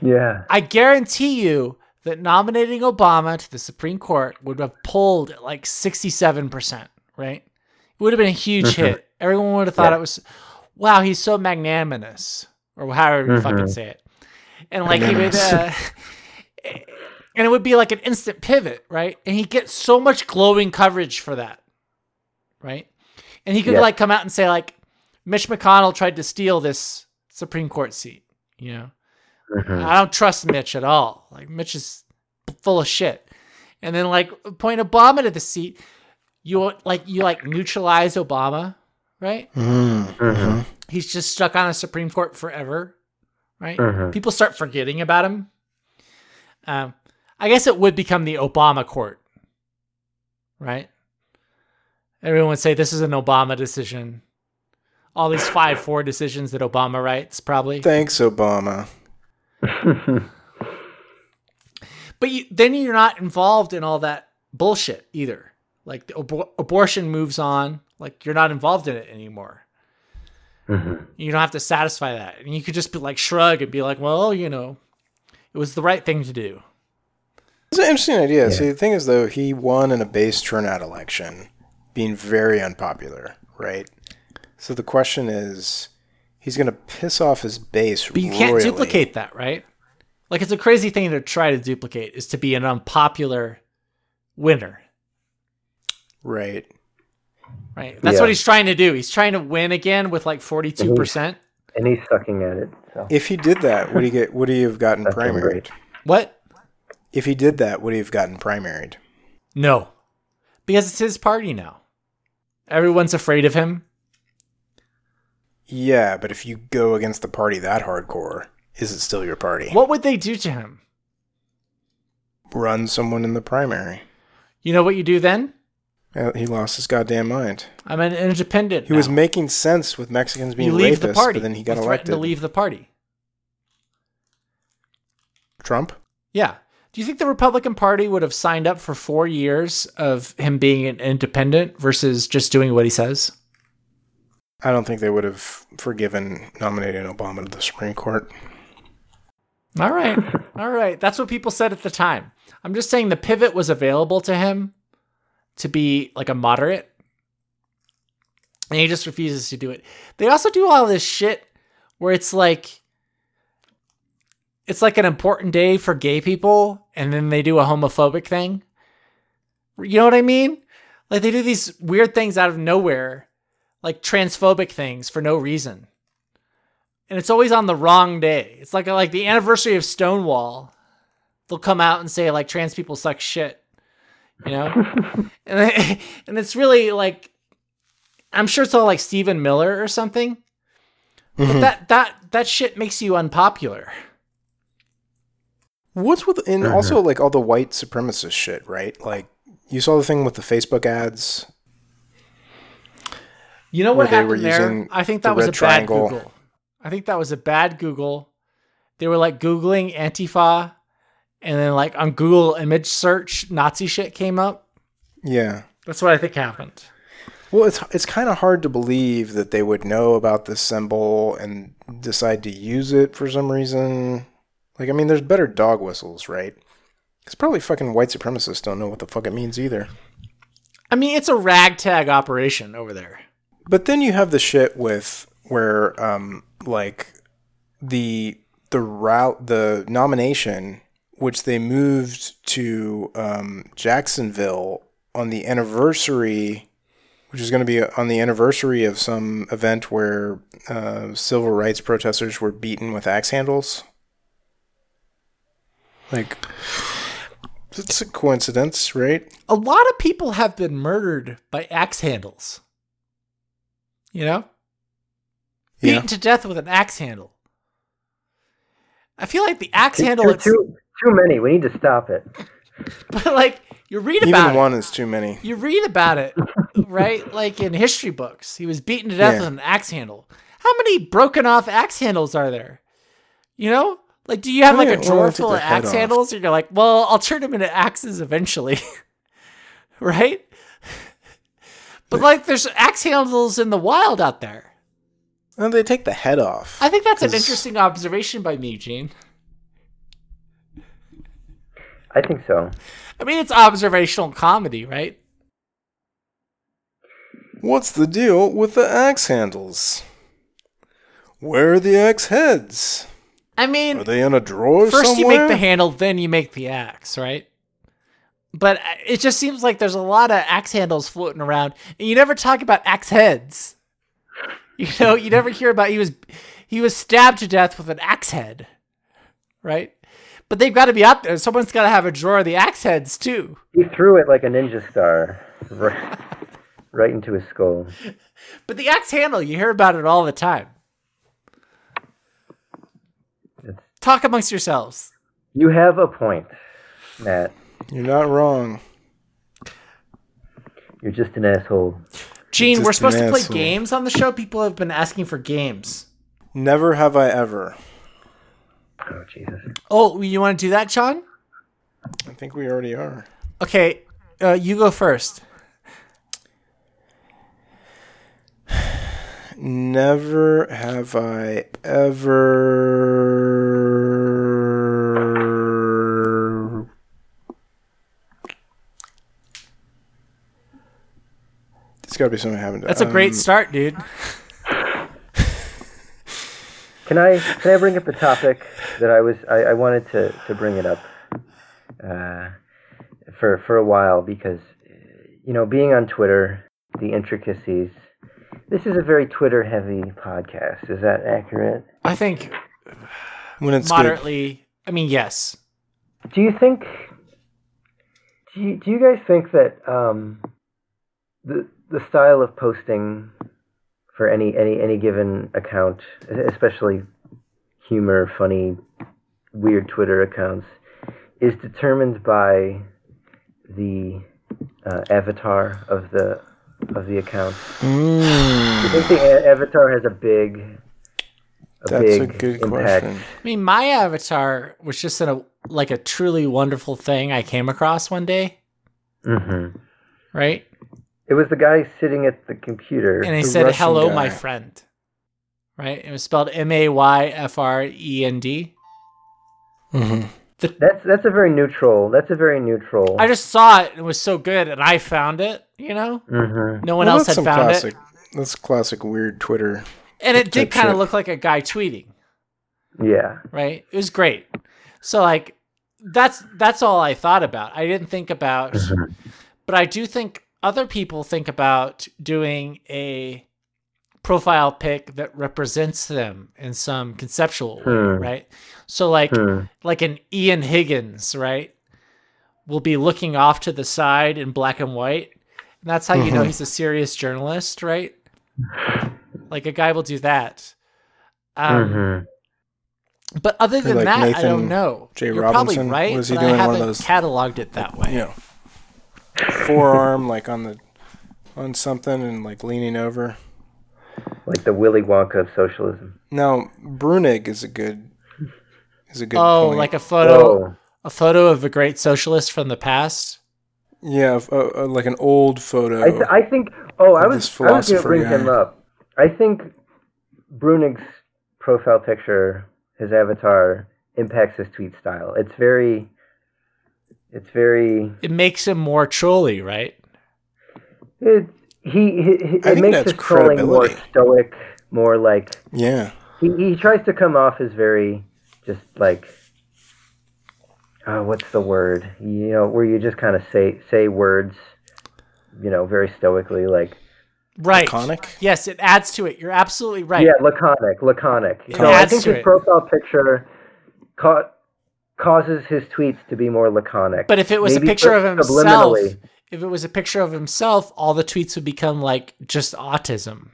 S3: Yeah.
S2: I guarantee you that nominating Obama to the Supreme Court would have pulled at like 67%, right? It would have been a huge
S3: Mhm.
S2: hit. Everyone would have thought
S3: Yeah.
S2: it was, wow, he's so magnanimous, or however you fucking
S3: Mhm.
S2: say it. And like he would, uh, <laughs> and it would be like an instant pivot, right? And he gets so much glowing coverage for that, right? And he could
S3: Yeah.
S2: like come out and say like, Mitch McConnell tried to steal this Supreme Court seat, you know?
S3: Mhm.
S2: I don't trust Mitch at all. Like Mitch is full of shit. And then like point Obama to the seat. You like you like neutralize Obama, right?
S1: Mm-hmm.
S3: Mhm.
S2: He's just stuck on a Supreme Court forever, right?
S3: Mhm.
S2: People start forgetting about him. Um, I guess it would become the Obama court, right? Everyone would say this is an Obama decision. All these five four decisions that Obama writes, probably.
S1: Thanks, Obama.
S2: But you, then you're not involved in all that bullshit either. Like the abor- abortion moves on, like you're not involved in it anymore.
S3: Mhm.
S2: You don't have to satisfy that. And you could just be like shrug and be like, "Well, you know, it was the right thing to do."
S1: It's an interesting idea.
S3: Yeah.
S1: See, the thing is, though, he won in a base turnout election, being very unpopular, right? So the question is, he's going to piss off his base.
S2: But you can't
S1: royally.
S2: duplicate that, right? Like it's a crazy thing to try to duplicate is to be an unpopular winner,
S1: right?
S2: right? That's
S3: Yeah.
S2: what he's trying to do. He's trying to win again with like 42%.
S3: and he's sucking at it. So.
S1: If he did that, would he get? Would he have gotten
S3: That's
S1: primaried?
S3: great.
S2: What?
S1: If he did that, would he have gotten primaried?
S2: No. Because it's his party now. Everyone's afraid of him.
S1: Yeah, but if you go against the party that hardcore, is it still your party?
S2: What would they do to him?
S1: Run someone in the primary.
S2: You know what you do then?
S1: Uh, He lost his goddamn mind.
S2: I'm an independent.
S1: He was
S2: now.
S1: making sense with Mexicans being
S2: you leave
S1: rapists,
S2: the party.
S1: but then he got
S2: You threaten
S1: elected.
S2: to leave the party.
S1: Trump.
S2: Yeah. Do you think the Republican Party would have signed up for four years of him being an independent versus just doing what he says?
S1: I don't think they would have forgiven nominating Obama to the Supreme Court.
S2: All right. All right. That's what people said at the time. I'm just saying the pivot was available to him to be like a moderate. And he just refuses to do it. They also do all this shit where it's like it's like an important day for gay people and then they do a homophobic thing. You know what I mean? Like they do these weird things out of nowhere, like transphobic things for no reason and it's always on the wrong day. It's like like the anniversary of Stonewall. They'll come out and say like trans people suck shit, you know, and they- <laughs> and it's really like I'm sure it's all like Stephen Miller or something.
S1: Mm-hmm.
S2: But that that that shit makes you unpopular.
S1: What's with and
S2: Uh-huh.
S1: also like all the white supremacist shit, right? Like you saw the thing with the Facebook ads.
S2: You know what
S1: Where they were
S2: happened there?
S1: using
S2: I think
S1: the
S2: that was a
S1: red triangle.
S2: bad Google. I think that was a bad Google. They were like googling Antifa, and then like on Google image search, Nazi shit came up.
S1: Yeah.
S2: That's what I think happened.
S1: Well, it's it's kind of hard to believe that they would know about this symbol and decide to use it for some reason. Like, I mean, there's better dog whistles, right? Because probably fucking white supremacists don't know what the fuck it means either.
S2: I mean, it's a ragtag operation over there.
S1: But then you have the shit with where um like the the route the nomination which they moved to um, Jacksonville on the anniversary which is going to be on the anniversary of some event where uh, civil rights protesters were beaten with axe handles. Like, it's a coincidence, right?
S2: A lot of people have been murdered by axe handles. You know? Beaten
S1: Yeah.
S2: to death with an axe handle. I feel like the axe
S3: Too-
S2: handle
S3: too,
S2: <laughs> it's
S3: too, too many. We need to stop it.
S2: but like you read about
S1: Even
S2: it.
S1: one is too many.
S2: You read about it, right? Like in history books. He was beaten to death
S1: Yeah.
S2: with an axe handle. How many broken off axe handles are there? You know? Like do you have
S1: Well,
S2: like a
S1: yeah, well,
S2: drawer
S1: I'll take
S2: full
S1: their
S2: of
S1: head
S2: axe
S1: off.
S2: handles and you're like, <laughs> well, I'll turn them into axes eventually. right? But like, there's axe handles in the wild out there.
S1: No, they take the head off.
S2: I think that's an
S1: 'Cause-
S2: interesting observation by me, Gene.
S3: I think so.
S2: I mean, it's observational comedy, right?
S1: What's the deal with the axe handles? Where are the axe heads?
S2: I
S1: Are
S2: mean,
S1: they in a drawer
S2: first you
S1: somewhere?
S2: make the handle, then you make the axe, right? But uh, it just seems like there's a lot of axe handles floating around, and you never talk about axe heads. You <laughs> know, you never hear about he was he was stabbed to death with an axe head, right? But they've got to be out there. Someone's got to have a drawer of the axe heads too.
S3: He threw it like a ninja star, right, right into his skull.
S2: But the axe handle, you hear about it all the time. Talk amongst yourselves.
S3: You have a point, Matt.
S1: You're not wrong.
S3: You're just an asshole.
S2: Gene,
S1: Just
S2: we're supposed
S1: an
S2: to play
S1: asshole.
S2: games on the show. People have been asking for games.
S1: Never have I ever.
S3: Oh Jesus!
S2: Oh, you want to do that, Sean?
S1: I think we already are.
S2: Okay, uh, you go first.
S1: Never have I ever. It's got to be something that happened.
S2: That's a great
S1: Um,
S2: start, dude.
S3: Can I can I bring up the topic that I was I, I wanted to, to bring it up uh, for for a while because uh, you know being on Twitter the intricacies. This is a very Twitter heavy podcast. Is that accurate?
S2: I think
S1: Um, when it's good.
S2: moderately. I mean, yes.
S3: Do you think? Do you, do you guys think that um, the the style of posting for any any any given account, especially humor, funny, weird Twitter accounts, is determined by the uh, avatar of the of the account? Do
S1: Mm.
S3: you think the a- avatar has a big a
S1: That's
S3: big
S1: a good
S3: impact?
S1: question.
S2: I mean, my avatar was just in a like a truly wonderful thing I came across one day,
S3: hmm
S2: right?
S3: It was the guy sitting at the computer.
S2: And he
S1: The
S2: said,
S1: Russian
S2: "Hello,
S1: guy.
S2: my friend." Right? It was spelled M A Y F R E N D.
S1: Mm-hmm.
S3: That's that's a very neutral. That's a very neutral.
S2: I just saw it and it was so good, and I found it. You know,
S3: Mhm.
S2: no one
S1: Well,
S2: else had
S1: that's some
S2: found
S1: classic,
S2: it,
S1: That's classic weird Twitter.
S2: and it did
S1: type
S2: kind of
S1: shit.
S2: look like a guy tweeting.
S3: Yeah.
S2: right? It was great. So like that's that's all I thought about. I didn't think about
S3: Mm-hmm.
S1: Mm-hmm.
S2: but I do think other people think about doing a profile pic that represents them in some conceptual way,
S3: Hmm.
S2: right? So like
S3: Hmm.
S2: like an Ian Higgins, right? Will be looking off to the side in black and white. And that's how you
S3: Mm-hmm.
S2: know
S1: Mhm.
S2: he's a serious journalist, right? Like a guy will do that. Um,
S1: Mm-hmm.
S3: Mhm.
S2: but other than
S1: like
S2: that, I
S1: Nathan
S2: don't know.
S1: J.
S2: You're
S1: Robinson?
S2: probably right.
S1: Was he
S2: but I
S1: doing one of
S2: haven't
S1: those-
S2: cataloged it that way.
S1: You know, forearm <laughs> like on the on something and like leaning over.
S3: Like the Willy Wonka of socialism.
S1: Now Brunig is a good is a good.
S2: oh,
S1: point.
S2: like a photo,
S3: Whoa.
S2: a photo of a great socialist from the past.
S1: yeah, f- uh, uh, like an old
S2: uh,
S1: photo.
S3: I, th- I think. Oh, I
S1: Of
S3: was.
S1: this
S3: I was going to
S1: philosopher
S3: bring
S1: guy.
S3: him up. I think Brunig's profile picture, his avatar, impacts his tweet style. It's very. It's very.
S2: It makes him more trolly, right?
S3: It, he, he, he-
S1: I
S3: it
S1: think
S3: makes
S1: that's
S3: his trolling more
S1: credibility.
S3: stoic, more like
S1: yeah,
S3: he, he tries to come off as very just like oh, what's the word you know where you just kind of say say words you know very stoically like
S2: Right.
S1: Iconic?
S2: Yes, it adds to it. You're absolutely right.
S3: yeah laconic laconic
S2: It
S3: no i
S2: adds
S3: think
S2: to
S3: his
S2: it.
S3: profile picture caught causes his tweets to be more laconic
S2: But if it was
S3: Maybe
S2: a picture
S3: sub-
S2: of himself,
S3: subliminally.
S2: if it was a picture of himself, all the tweets would become like just autism.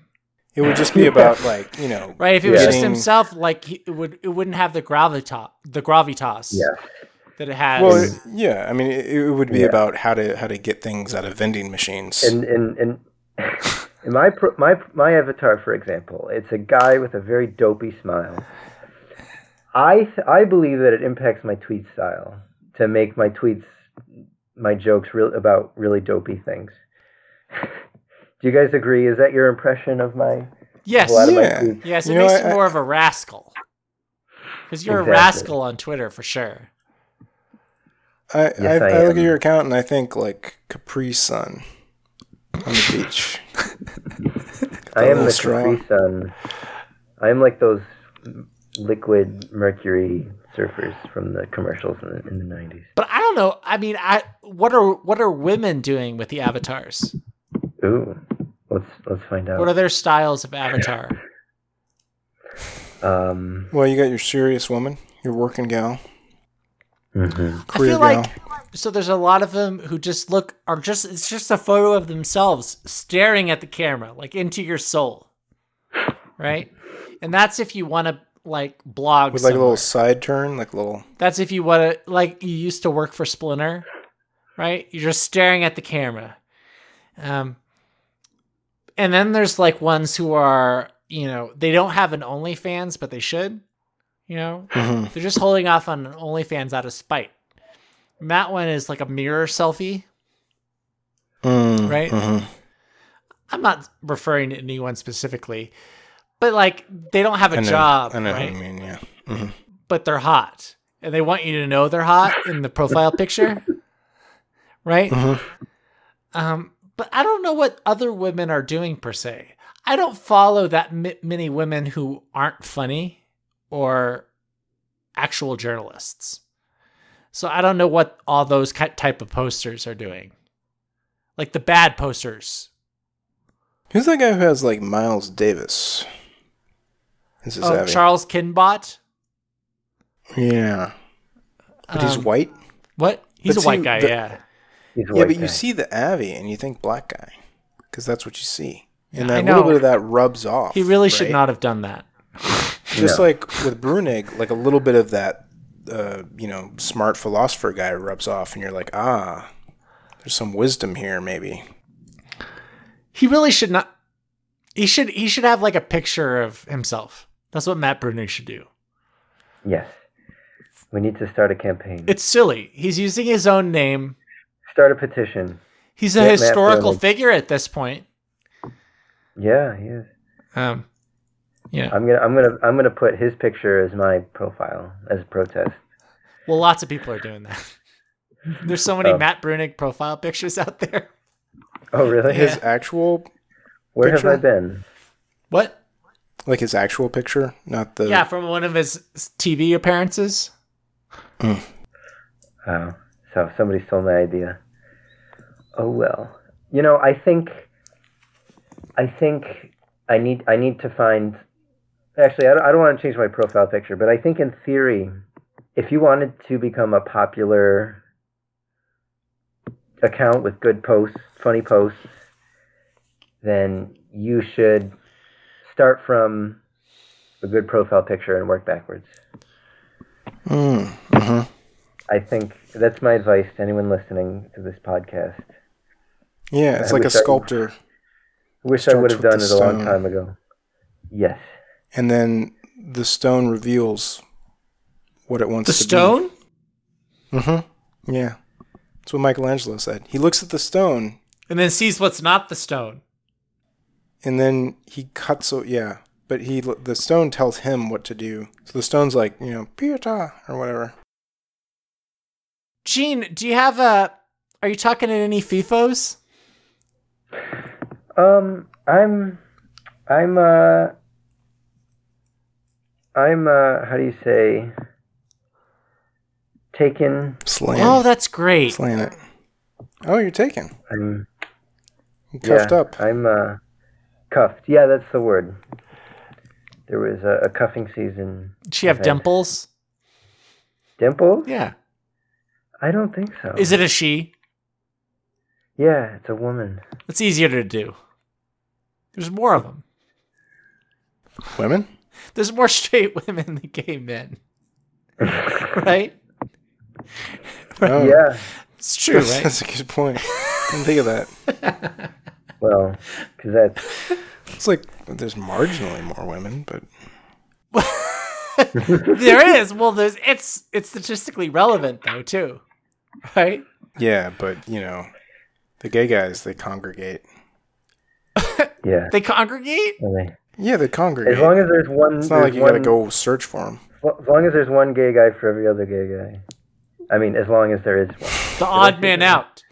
S1: it would just be about like you know.
S2: Right? If it was
S3: Yeah.
S2: just
S1: getting-
S2: himself, like he, it would it wouldn't have the gravitas, the gravitas
S3: yeah
S2: that it has.
S1: Well, it- yeah. I mean, it, it would be
S3: Yeah.
S1: about how to how to get things out of vending machines.
S3: and and and in my pro- my my avatar, for example, it's a guy with a very dopey smile. I th- I believe that it impacts my tweet style to make my tweets my jokes real about really dopey things. Do you guys agree? Is that your impression of my?
S2: Yes.
S3: Well, Vladimir
S1: yeah.
S3: Putin.
S2: Yes, it
S1: You know,
S2: makes
S1: I-
S2: you more of a rascal. Because you're
S3: Exactly.
S2: a rascal on Twitter for sure.
S1: I,
S3: Yes,
S1: I,
S3: I
S1: I, look at
S3: am.
S1: your account and I think like Capri Sun on the beach.
S3: I am the
S1: straw.
S3: Capri Sun. I am like those liquid mercury surfers from the commercials in the, in the '90s.
S2: But I don't know. I mean, I what are what are women doing with the avatars?
S3: Ooh, let's let's find
S2: What are
S3: out.
S2: their styles of avatar?
S3: Um,
S1: Well, you got your serious woman, your working gal,
S3: mhm.
S2: I
S1: career gal.
S2: feel like so there's a lot of them who just look are just it's just a photo of themselves staring at the camera like into your soul. Right? And that's if you want to like blog
S1: with like a
S2: somewhere.
S1: little side turn, like a little.
S2: That's if you want to, like, you used to work for Splinter, right? You're just staring at the camera. Um, and then there's like ones who are, you know, they don't have an OnlyFans, but they should. You know,
S1: Mhm.
S2: they're just holding off on an OnlyFans out of spite. And that one is like a mirror selfie.
S1: Mm,
S2: Mm-hmm. Right?
S1: mhm.
S2: I'm not referring to anyone specifically, but like they don't have a
S1: I know,
S2: job,
S1: I know what
S2: right?
S1: you mean. Yeah. Mhm.
S2: but they're hot and they want you to know they're hot in the profile picture right
S1: Mhm.
S2: um but i don't know what other women are doing per se i don't follow that m- many women who aren't funny or actual journalists so i don't know what all those ki- type of posters are doing like the bad posters
S1: Who's that guy who has like Miles Davis? This is
S2: oh,
S1: Abby.
S2: charles kinbot
S1: Yeah, but he's
S2: Um,
S1: white.
S2: what he's
S1: But
S2: a white
S1: see,
S2: guy
S1: the-
S2: yeah
S3: He's a
S1: Yeah,
S3: white
S1: but
S3: guy.
S1: you see the Avi and you think black guy, because that's what you see, and
S2: Yeah, I
S1: that little
S2: know.
S1: bit of that rubs off.
S2: he really should
S1: right?
S2: not have done that
S1: Just
S3: No.
S1: like with Brunig, like a little bit of that, uh, you know, smart philosopher guy rubs off, and you're like, ah, there's some wisdom here, maybe.
S2: He really should not. He should. He should have like a picture of himself. That's what Matt Bruning should do.
S3: Yes. We need to start a campaign.
S2: It's silly. He's using his own name.
S3: start a petition.
S2: He's a
S3: Yeah, Matt
S2: historical
S3: Bruning.
S2: figure at this point.
S3: Yeah, he is.
S2: Um, you know,
S3: I'm gonna I'm gonna I'm gonna put his picture as my profile as a protest.
S2: well, lots of people are doing that. <laughs> There's so many
S3: Oh.
S2: Matt Bruning profile pictures out there.
S3: Oh really?
S1: His
S2: Yeah.
S1: actual,
S3: Where
S1: Picture?
S3: have I been?
S2: What?
S1: like his actual picture, not the.
S2: Yeah, from one of his TV appearances.
S3: Oh, so somebody stole my idea. Oh well. You know, I think I think I need I need to find actually I don't, I don't want to change my profile picture, but I think in theory if you wanted to become a popular account with good posts, funny posts, then you should start from a good profile picture and work backwards.
S1: Mm, mhm.
S3: I think that's my advice to anyone listening to this podcast.
S1: Yeah, it's
S3: Have
S1: like
S3: we
S1: a
S3: started?
S1: sculptor,
S3: I wish I
S1: Starts
S3: would have
S1: with
S3: done
S1: the
S3: it a long
S1: stone.
S3: time ago. Yes.
S1: and then the stone reveals what it wants
S2: The
S1: to
S2: stone?
S1: be. Mm-hmm. Yeah, that's what Michelangelo said. He looks at the stone,
S2: And then sees what's not the stone.
S1: and then he cuts. o- Yeah, but he the stone tells him what to do. So the stone's like, you know, Pieta or whatever.
S2: Gene, do you have a? Are you talking to any FIFOs?
S3: Um, I'm, I'm, uh, I'm, uh, how do you say, taken.
S1: Slaying.
S2: Oh, that's great.
S1: Slaying it. Oh, you're taken.
S3: I'm
S1: You're cuffed
S3: yeah,
S1: up.
S3: I'm, uh, cuffed. Yeah, that's the word. There was a, a cuffing season.
S2: Did she have
S3: Okay.
S2: dimples?
S3: Dimples?
S2: Yeah.
S3: I don't think so.
S2: Is it a she?
S3: Yeah, it's a woman.
S2: It's easier to do. There's more of them.
S1: Women?
S2: There's more straight <laughs> women than gay men, right?
S1: Oh,
S3: Yeah.
S2: It's true,
S1: That's,
S2: right? <laughs>
S3: <laughs>
S1: that's a good point. Didn't think of that.
S3: Well, because that's
S1: It's like there's marginally more women, but
S2: there is. Well, there's. It's it's statistically relevant though too, right?
S1: yeah, but you know, the gay guys they congregate.
S3: Yeah.
S2: They congregate?
S3: really.
S1: Yeah, they congregate.
S3: As long as there's one,
S1: it's not like
S3: there's
S1: you
S3: one
S1: gotta go search for them.
S3: Well, as long as there's one gay guy for every other gay guy. I mean, as long as there is one.
S2: The odd man out.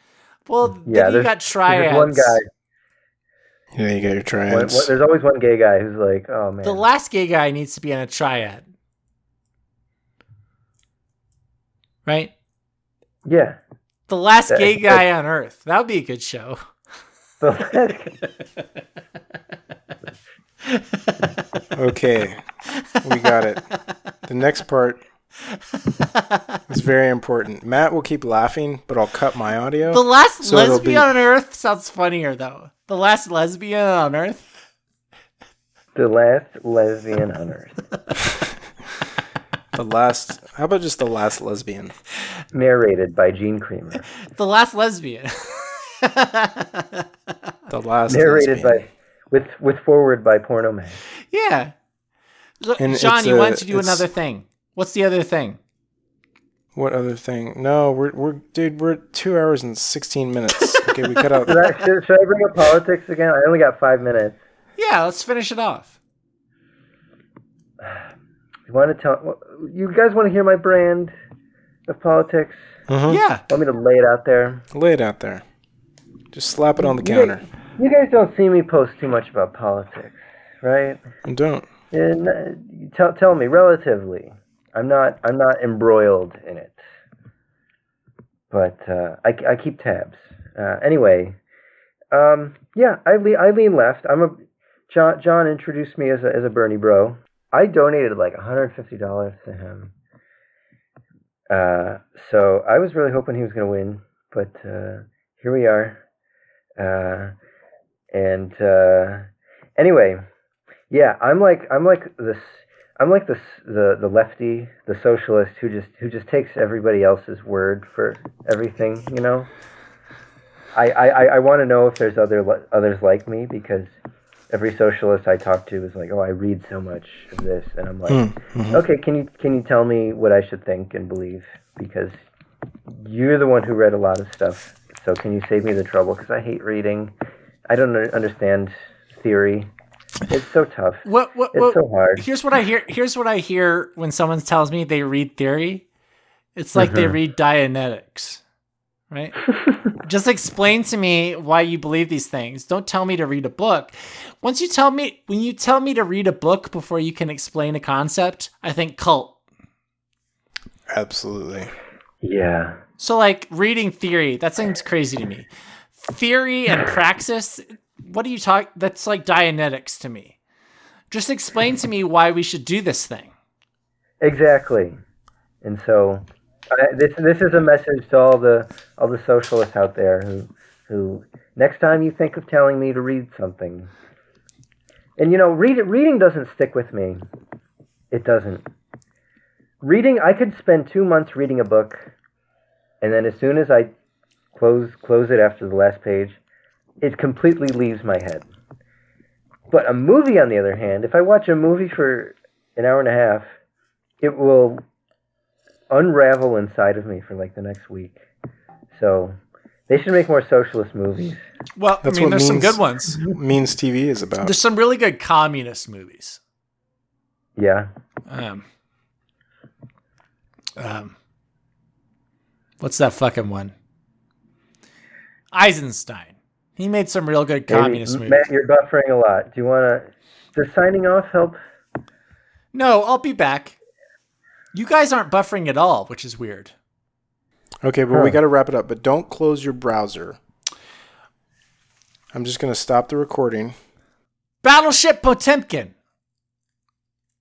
S2: Well,
S3: Yeah,
S2: then you
S3: there's-
S2: got
S3: There's
S2: triads.
S3: one guy.
S1: Yeah, you got your
S3: One,
S1: triads.
S3: one- there's always one gay guy who's like, oh man.
S2: The last gay guy needs to be on a triad. Right?
S3: yeah. <laughs>
S2: The last
S3: That- <laughs>
S2: gay guy on earth. That would be a good show.
S3: The last-
S1: okay, we got it. The next part is very important. Matt will keep laughing, but I'll cut my audio.
S2: The last
S1: So it'll
S2: lesbian
S1: be-
S2: on earth sounds funnier though. The last lesbian on earth.
S3: the last lesbian on earth.
S1: The last. How about just the last lesbian?
S3: Narrated by Gene Creamer.
S2: The last lesbian. <laughs>
S1: The last.
S3: Narrated
S1: lesbian.
S3: by with with forward by Porno Man.
S2: yeah. Look,
S1: And
S2: John,
S1: it's
S2: you
S1: a-
S2: wanted to do
S1: it's-
S2: another thing. What's the other thing?
S1: What other thing? No, we're we're dude. We're two hours and sixteen minutes. Okay, we cut
S3: <laughs>
S1: out.
S3: Should I, should, should I bring up politics again? I only got five minutes.
S2: Yeah, let's finish it off.
S3: You want to tell? You guys want to hear my brand of politics?
S1: Mhm.
S2: Yeah.
S3: Want me to lay it out there?
S1: Lay it out there. Just slap it on the
S3: You-
S1: counter.
S3: You guys don't see me post too much about politics, right?
S1: And don't.
S3: And uh, tell tell me relatively. I'm not I'm not embroiled in it, but uh, I I keep tabs. Uh, anyway, um, yeah, I lean I lean left. I'm a John John introduced me as a as a Bernie bro. I donated like 150 dollars to him. Uh, so I was really hoping he was gonna win, but uh, here we are. Uh, and uh, anyway. Yeah, I'm like I'm like this I'm like this the the lefty, the socialist who just who just takes everybody else's word for everything, you know. I I, I, I want to know if there's other li- others like me because every socialist I talk to is like, oh, I read so much of this, and I'm like, okay, can you can you tell me what I should think and believe because you're the one who read a lot of stuff, so can you save me the trouble because I hate reading. I don't un- understand theory. It's so tough.
S2: What what
S3: It's
S2: what
S3: so hard.
S2: here's what I hear here's what I hear when someone tells me they read theory. It's like
S1: Uh-huh.
S2: they
S3: Mhm.
S2: read Dianetics.
S1: <laughs>
S2: Right? Just explain to me why you believe these things. Don't tell me to read a book. Once you tell me when you tell me to read a book before you can explain a concept, I think cult.
S1: Absolutely.
S3: Yeah.
S2: So like reading theory, that seems crazy to me. Theory and praxis, what are you talk that's like Dianetics to me. Just explain to me why we should do this thing.
S3: Exactly. And so I, this this is a message to all the all the socialists out there who who next time you think of telling me to read something. And you know, read, reading doesn't stick with me. It doesn't. Reading, I could spend 2 months reading a book and then as soon as I close close it after the last page, it completely leaves my head. But a movie on the other hand, if I watch a movie for an hour and a half, it will unravel inside of me for like the next week. So they should make more socialist movies.
S2: Well,
S1: That's
S2: I
S1: what
S2: mean, there's some
S1: means-
S2: good ones.
S1: Means TV is about.
S2: There's some really good communist movies.
S3: Yeah.
S2: Um, um, what's that fucking one? Eisenstein. He made some real good
S3: Maybe-
S2: communist movies.
S3: Matt, you're buffering a lot. Do you want to? Does signing off help?
S2: No, I'll be back. You guys aren't buffering at all, which is weird.
S1: Okay, but we
S3: Huh.
S1: got to wrap it up. But don't close your browser. I'm just gonna stop the recording.
S2: Battleship Potemkin.